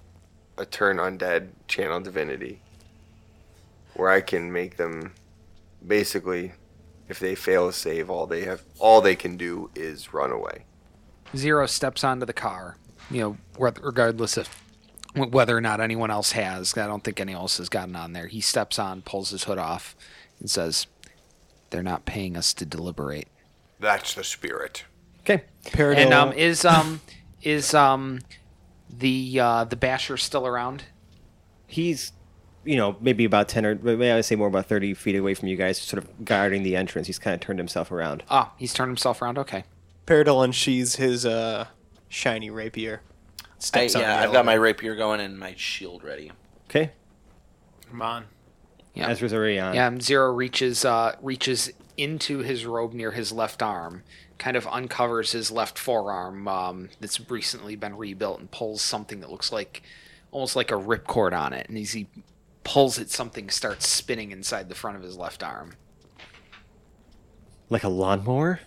S4: a turn undead channel divinity, where I can make them, basically, if they fail to save, all they have, all they can do is run away.
S1: Zero steps onto the car, you know, wheth- regardless of wh- whether or not anyone else has. I don't think anyone else has gotten on there. He steps on, pulls his hood off, and says, They're not paying us to deliberate.
S4: That's the spirit.
S2: Okay.
S1: And um, is um, is um, the uh, the basher still around?
S2: He's, you know, maybe about 10 or maybe I would say more about 30 feet away from you guys, sort of guarding the entrance. He's kind of turned himself around.
S1: Ah, he's turned himself around. Okay.
S5: Paradol unsheathes his uh, shiny rapier.
S7: I,
S5: Steps on the
S7: yeah, I've got
S5: elevator.
S7: my rapier going and my shield ready.
S2: Okay.
S6: Come on.
S1: Yeah.
S2: Ezra's already on.
S1: Yeah, um, Zero reaches uh, reaches into his robe near his left arm, kind of uncovers his left forearm um, that's recently been rebuilt, and pulls something that looks like almost like a ripcord on it. And as he pulls it, something starts spinning inside the front of his left arm.
S2: Like a lawnmower?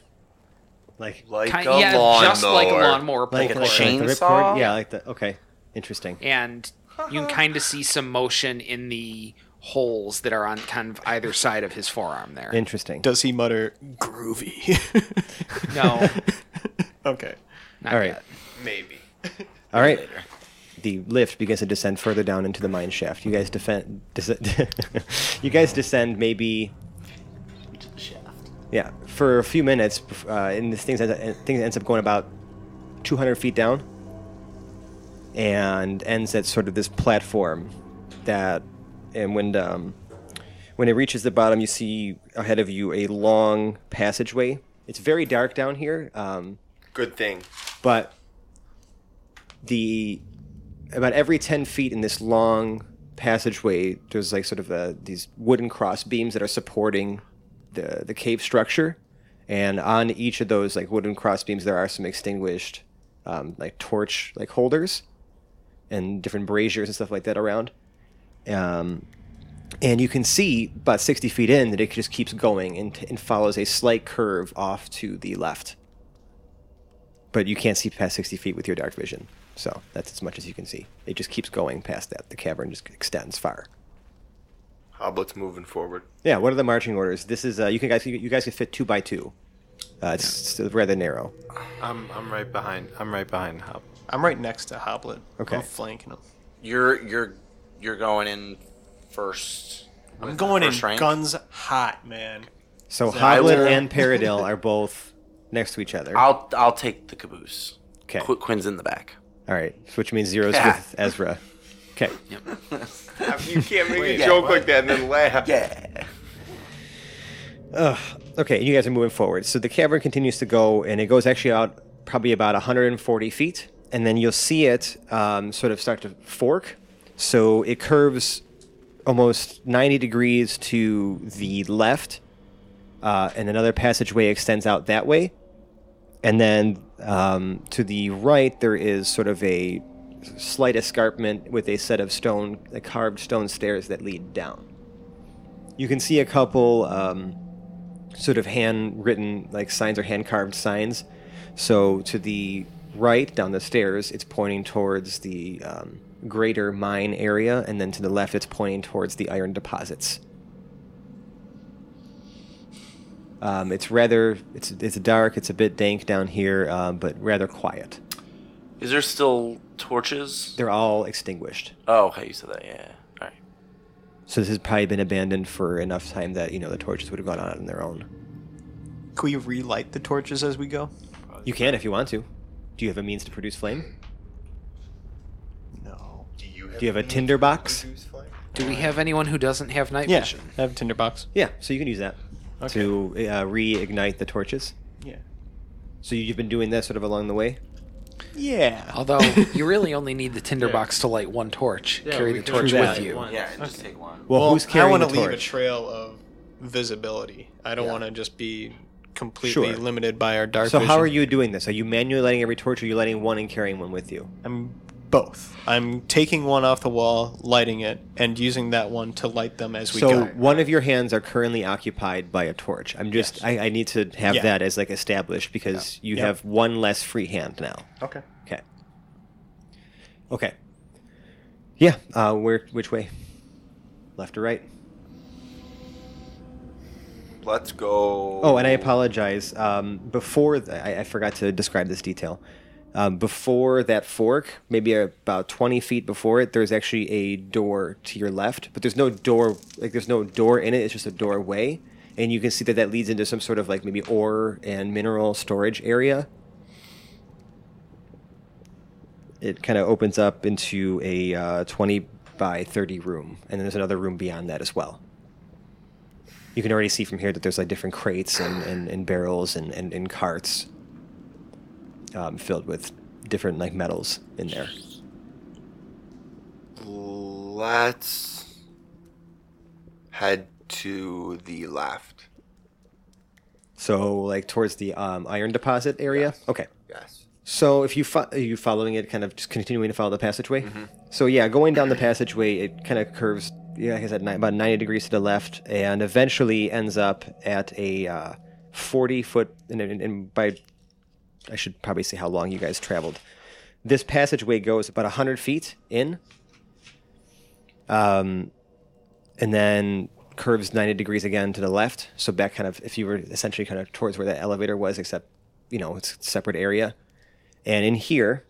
S2: Like,
S4: Like
S1: Ki-
S4: a
S1: yeah,
S4: lawnmower.
S1: just like a lawnmower pull
S2: like
S1: cord.
S2: like the ripcord?
S7: chainsaw?
S2: Yeah, like the. Okay. Interesting.
S1: and you can kind of see some motion in the holes that are on kind of either side of his forearm there.
S2: Interesting.
S5: Does he mutter groovy?
S1: no,
S5: okay.
S1: not
S2: All right.
S1: yet.
S4: Maybe.
S2: All right. The lift begins to descend further down into the mine shaft. You guys defend. Des- you guys descend maybe. Yeah, for a few minutes, bef- uh, and this thing ends, thing ends up going about 200 feet down, and ends at sort of this platform. That, and when um, when it reaches the bottom, you see ahead of you a long passageway. It's very dark down here. Um,
S4: Good thing.
S2: but the about every 10 feet in this long passageway there's like sort of uh these wooden cross beams that are supporting the the cave structure and on each of those like wooden cross beams there are some extinguished um, like torch like holders and different braziers and stuff like that around um, and you can see about 60 feet in that it just keeps going and, and follows a slight curve off to the left but you can't see past 60 feet with your dark vision. So that's as much as you can see. It just keeps going past that. The cavern just extends far.
S4: Hoblet's moving forward.
S2: Yeah. What are the marching orders? This is uh, you can guys you, you guys can fit two by two. Uh, it's still rather narrow.
S6: I'm I'm right behind. I'm right behind Hop.
S5: I'm right next to Hoblet.
S2: Okay.
S5: I'm flanking him.
S7: You're you're you're going in first.
S5: I'm
S7: with
S5: going in
S7: first rank.
S5: guns hot, man.
S2: So
S5: I
S2: Hoblet
S5: will-
S2: and Paradil are both next to each other.
S7: I'll I'll take the caboose.
S2: Okay.
S7: Qu- Quinn's in the back.
S2: All right. Which means zeros with Ezra. Okay.
S4: You can't make a joke like that and then laugh.
S7: Yeah.
S2: Okay, you guys are moving forward. So the cavern continues to go, and it goes actually out probably about 140 feet, and then you'll see it um, sort of start to fork. So it curves almost 90 degrees to the left, uh, and another passageway extends out that way. And then um, to the right, there is sort of a slight escarpment with a set of stone, carved stone stairs that lead down. You can see a couple. Um, sort of handwritten like signs or hand carved signs. So to the right down the stairs, it's pointing towards the um, greater mine area, and then to the left, it's pointing towards the iron deposits. Um, it's rather it's it's dark. It's a bit dank down here, uh, but rather quiet.
S7: Is there still torches?
S2: They're all extinguished.
S7: Oh, okay, you said that. Yeah. All right.
S2: So this has probably been abandoned for enough time that you know the torches would have gone out on their own.
S5: Can we relight the torches as we go?
S2: You can if you want to. Do you have a means to produce flame?
S5: No.
S2: Do you have a tinder box?
S1: Do we have anyone who doesn't have night
S5: Yeah.
S1: vision?
S5: I have a tinderbox.
S2: Yeah, so you can use that to uh, reignite the torches.
S5: Yeah.
S2: So you've been doing that sort of along the way.
S5: Yeah.
S1: Although you really only need the tinderbox to light one torch. Carry the torch
S2: do that.
S1: with you.
S7: Yeah, and just take one.
S2: Well,
S5: Well,
S2: who's carrying
S5: I want
S2: the
S5: to leave a
S2: torch?
S5: trail of visibility. I don't want to just be completely
S2: Sure.
S5: limited by our dark
S2: so
S5: vision.
S2: how are you doing this? Are you manually lighting every torch, or are you lighting one and carrying one with you?
S5: I'm both. I'm taking one off the wall, lighting it, and using that one to light them as we
S2: so
S5: go.
S2: one of your hands are currently occupied by a torch. I'm just I, I need to have
S5: Yeah.
S2: that as like established because you
S5: Yep.
S2: have one less free hand now.
S5: Okay.
S2: Okay. Okay. Yeah. Uh, where? Which way? Left or right?
S4: Let's go.
S2: Oh, and I apologize. Um, before th- I, I forgot to describe this detail. Um, before that fork, maybe about twenty feet before it, there's actually a door to your left, but there's no door. Like there's no door in it. It's just a doorway, and you can see that that leads into some sort of like maybe ore and mineral storage area. It kind of opens up into a uh, 20 by 30 room, and then there's another room beyond that as well. You can already see from here that there's like different crates and, and, and barrels and, and, and carts um, filled with different like metals in there.
S4: Let's head to the left.
S2: So like towards the um, iron deposit area. Okay.
S4: Yes.
S2: So if you fo- are you following it, kind of just continuing to follow the passageway. So yeah, going down the passageway, it kind of curves. Yeah, like I said, ni- about ninety degrees to the left, and eventually ends up at a uh, forty foot. And, and, and by, I should probably say how long you guys traveled. This passageway goes about hundred feet in. Um, and then curves 90 degrees again to the left. So back kind of, if you were essentially kind of towards where that elevator was, except, you know, it's a separate area. And in here,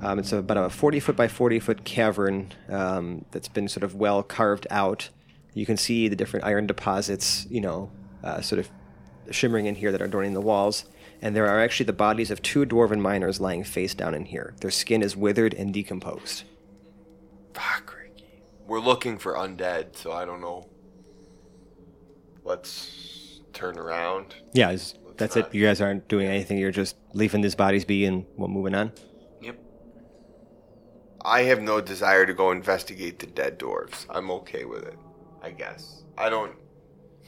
S2: um, it's about a 40 foot by 40 foot cavern um, that's been sort of well carved out. You can see the different iron deposits, you know, uh, sort of shimmering in here that are adorning the walls. And there are actually the bodies of two dwarven miners lying face down in here. Their skin is withered and decomposed.
S4: Fuck, Ricky. We're looking for undead, so I don't know. Let's turn around.
S2: Yeah, it's, that's it. You guys aren't doing anything. You're just leaving these bodies be and well, moving on.
S7: Yep.
S4: I have no desire to go investigate the dead dwarves. I'm okay with it, I guess. I don't.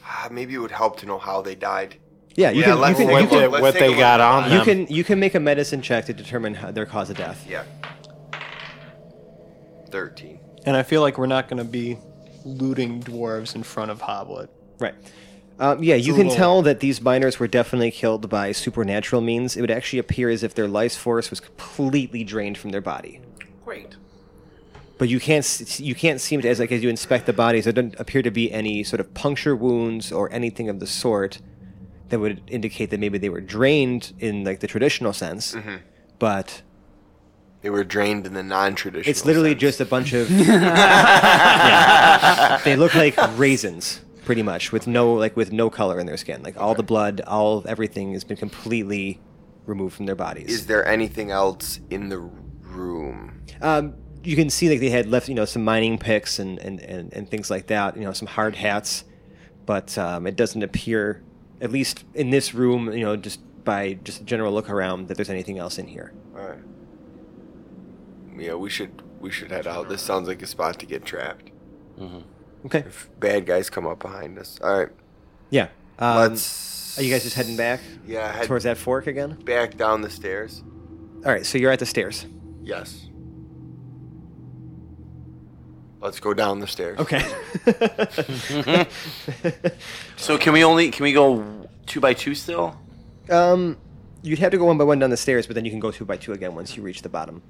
S4: Ah, Maybe it would help to know how they died.
S2: Yeah, you
S4: Yeah,
S2: can. You
S4: let's-
S2: can,
S4: what
S2: you, can
S4: the- Let's
S6: what
S4: take a
S6: they
S4: look
S6: got
S4: at
S6: on
S2: you
S6: them.
S2: can. you can make a medicine check to determine how, their cause of death.
S4: Yeah. 13.
S5: And I feel like we're not going to be looting dwarves in front of Hoblet.
S2: Right. Um, yeah, you
S5: a
S2: can
S5: little-
S2: tell that these miners were definitely killed by supernatural means. It would actually appear as if their life force was completely drained from their body.
S7: Great.
S2: But you can't s- you can't seem to as like as you inspect the bodies, there doesn't appear to be any sort of puncture wounds or anything of the sort that would indicate that maybe they were drained in like the traditional sense. But
S4: They were drained in the non traditional.
S2: It's literally just a bunch of. They look like raisins, pretty much, with no like with no color in their skin. Like all the blood, all of everything has been completely removed from their
S4: Is
S2: bodies.
S4: there anything else in the room?
S2: Um, you can see like they had left, you know, some mining picks and and and, and things like that. You know, some hard hats, but um, it doesn't appear, at least in this room, you know, just by just a general look around, that there's anything else in here.
S4: All right. Yeah, we should we should head out. This sounds like a spot to get trapped.
S2: Okay.
S4: If bad guys come up behind us. All right.
S2: Yeah. Um,
S4: let's.
S2: Are you guys just heading back
S4: Yeah, head
S2: towards that fork again?
S4: back down the stairs.
S2: All right, so you're at the stairs.
S4: Yes. Let's go down the stairs.
S2: Okay.
S7: So can we only can we go two by two still?
S2: um, you'd have to go one by one down the stairs, but then you can go two by two again once you reach the bottom.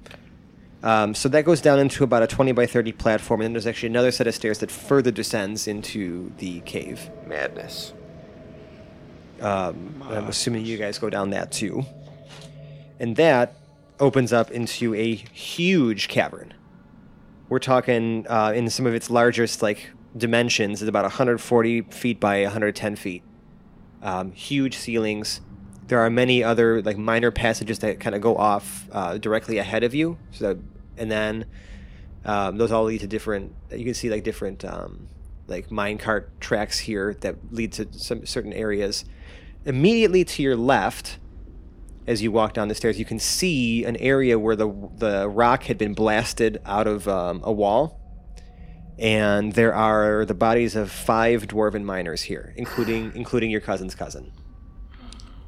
S2: Um, so that goes down into about a 20 by 30 platform, and then there's actually another set of stairs that further descends into the cave.
S4: Madness.
S2: Um, and I'm assuming you guys go down that too. And that opens up into a huge cavern. We're talking uh, in some of its largest like dimensions, it's about 140 feet by 110 feet. Um, huge ceilings. There are many other like minor passages that kind of go off uh, directly ahead of you. So, that, and then um, those all lead to different. You can see like different um, like minecart tracks here that lead to some certain areas. Immediately to your left, as you walk down the stairs, you can see an area where the the rock had been blasted out of um, a wall, and there are the bodies of five dwarven miners here, including including your cousin's cousin.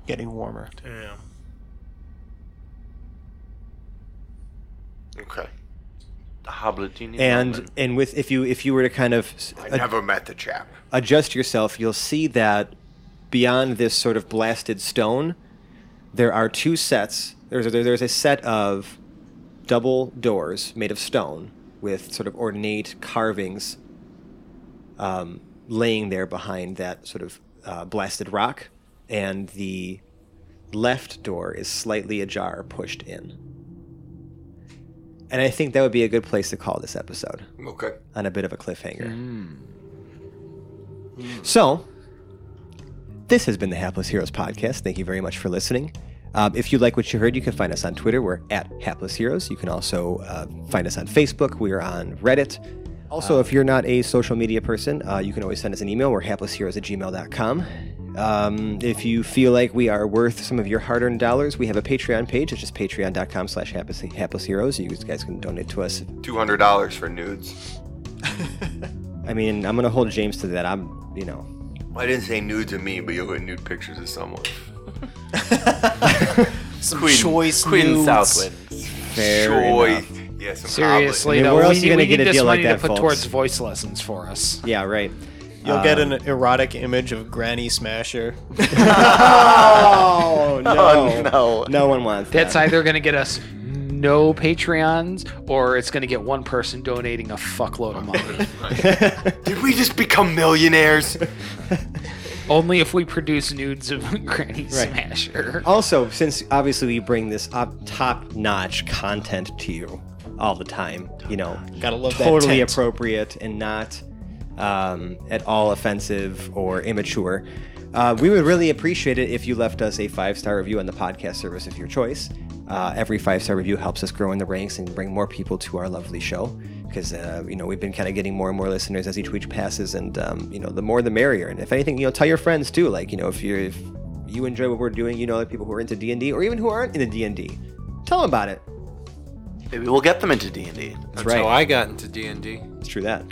S5: Getting warmer.
S6: Damn.
S4: Okay.
S7: Hoblet, do you need
S2: And
S7: help?
S2: and with if you if you were to kind of s-
S4: I
S2: ad-
S4: never met the chap.
S2: adjust yourself, you'll see that beyond this sort of blasted stone, there are two sets. There's a, there's a set of double doors made of stone with sort of ornate carvings um, laying there behind that sort of uh, blasted rock, and the left door is slightly ajar, pushed in. And I think that would be a good place to call this episode
S4: Okay.
S2: on a bit of a cliffhanger. So, This has been the Hapless Heroes podcast. Thank you very much for listening. Um, if you like what you heard, you can find us on Twitter. We're at Hapless Heroes. You can also uh, find us on Facebook. We are on Reddit. Also, if you're not a social media person, uh, you can always send us an email. We're haplessheroes at gmail.com. Um, if you feel like we are worth some of your hard-earned dollars, we have a Patreon page. It's just patreon.com slash hapless hapless heroes. You guys can donate to us.
S4: Two hundred dollars for nudes.
S2: I mean, I'm going to hold James to that. I'm, you know,
S4: I didn't say nudes of me, but you'll get nude pictures of someone.
S5: Some
S7: Queen,
S5: choice
S7: Queen
S5: nudes.
S7: Southwind.
S2: fair
S4: Choice.
S2: enough.
S4: Yes. I'm
S1: Seriously,
S2: I mean,
S1: though,
S2: where
S1: we,
S2: else you
S1: need-
S2: gonna
S1: we
S2: get a
S1: need this
S2: deal like
S1: money
S2: that,
S1: to put
S2: folks?
S1: towards voice lessons for us.
S2: Yeah, right.
S5: You'll get an erotic image of Granny Smasher.
S2: Oh, no.
S7: No.
S2: No one wants
S1: That's
S2: that.
S1: either going to get us no Patreons or it's going to get one person donating a fuckload of money.
S4: Did we just become millionaires?
S1: Only if we produce nudes of Granny Smasher.
S2: Also, since obviously we bring this up top-notch content to you all the time, you know,
S5: Gotta love that
S2: totally
S5: tent.
S2: appropriate and not um, at all offensive or immature. Uh, we would really appreciate it if you left us a five star review on the podcast service of your choice. Uh, every five star review helps us grow in the ranks and bring more people to our lovely show because uh, you know we've been kind of getting more and more listeners as each week passes, and um, you know the more the merrier. And if anything, you know tell your friends too. Like you know if you if you enjoy what we're doing, you know other people who are into D and D or even who aren't into D and D, tell them about it.
S7: Maybe we'll get them into D and D.
S2: That's,
S11: how Oh, I got into D and D.
S2: it's true that.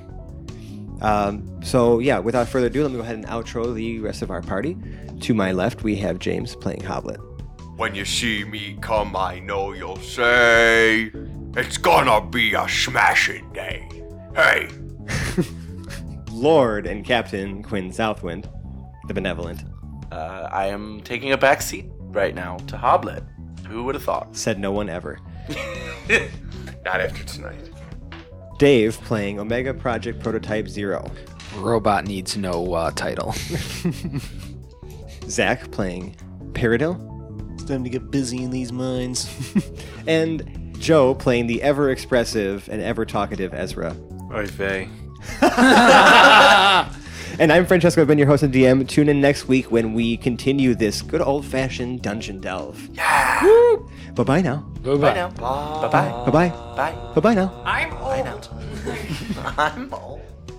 S2: Um, so yeah, without further ado, let me go ahead and outro the rest of our party. To my left, we have James playing Hoblet.
S4: When you see me come, I know you'll say it's gonna be a smashing day. Hey,
S2: Lord and Captain Quinn Southwind, the benevolent,
S7: Uh, I am taking a back seat right now to Hoblet. Who would have thought?
S2: said no one ever.
S4: not after tonight.
S2: Dave playing Omega Project Prototype Zero.
S1: Robot needs no uh, title.
S2: Zach playing Peridil,
S5: It's time to get busy in these mines.
S2: and Joe playing the ever expressive and ever talkative Ezra.
S11: Oy vey.
S2: And I'm Francesco. I've been your host and DM. Tune in next week when we continue this good old fashioned dungeon delve. Yeah. Bye bye now.
S7: Bye now. Bye bye.
S2: Bye bye.
S7: Bye.
S2: Bye bye now.
S7: I'm old. I'm old.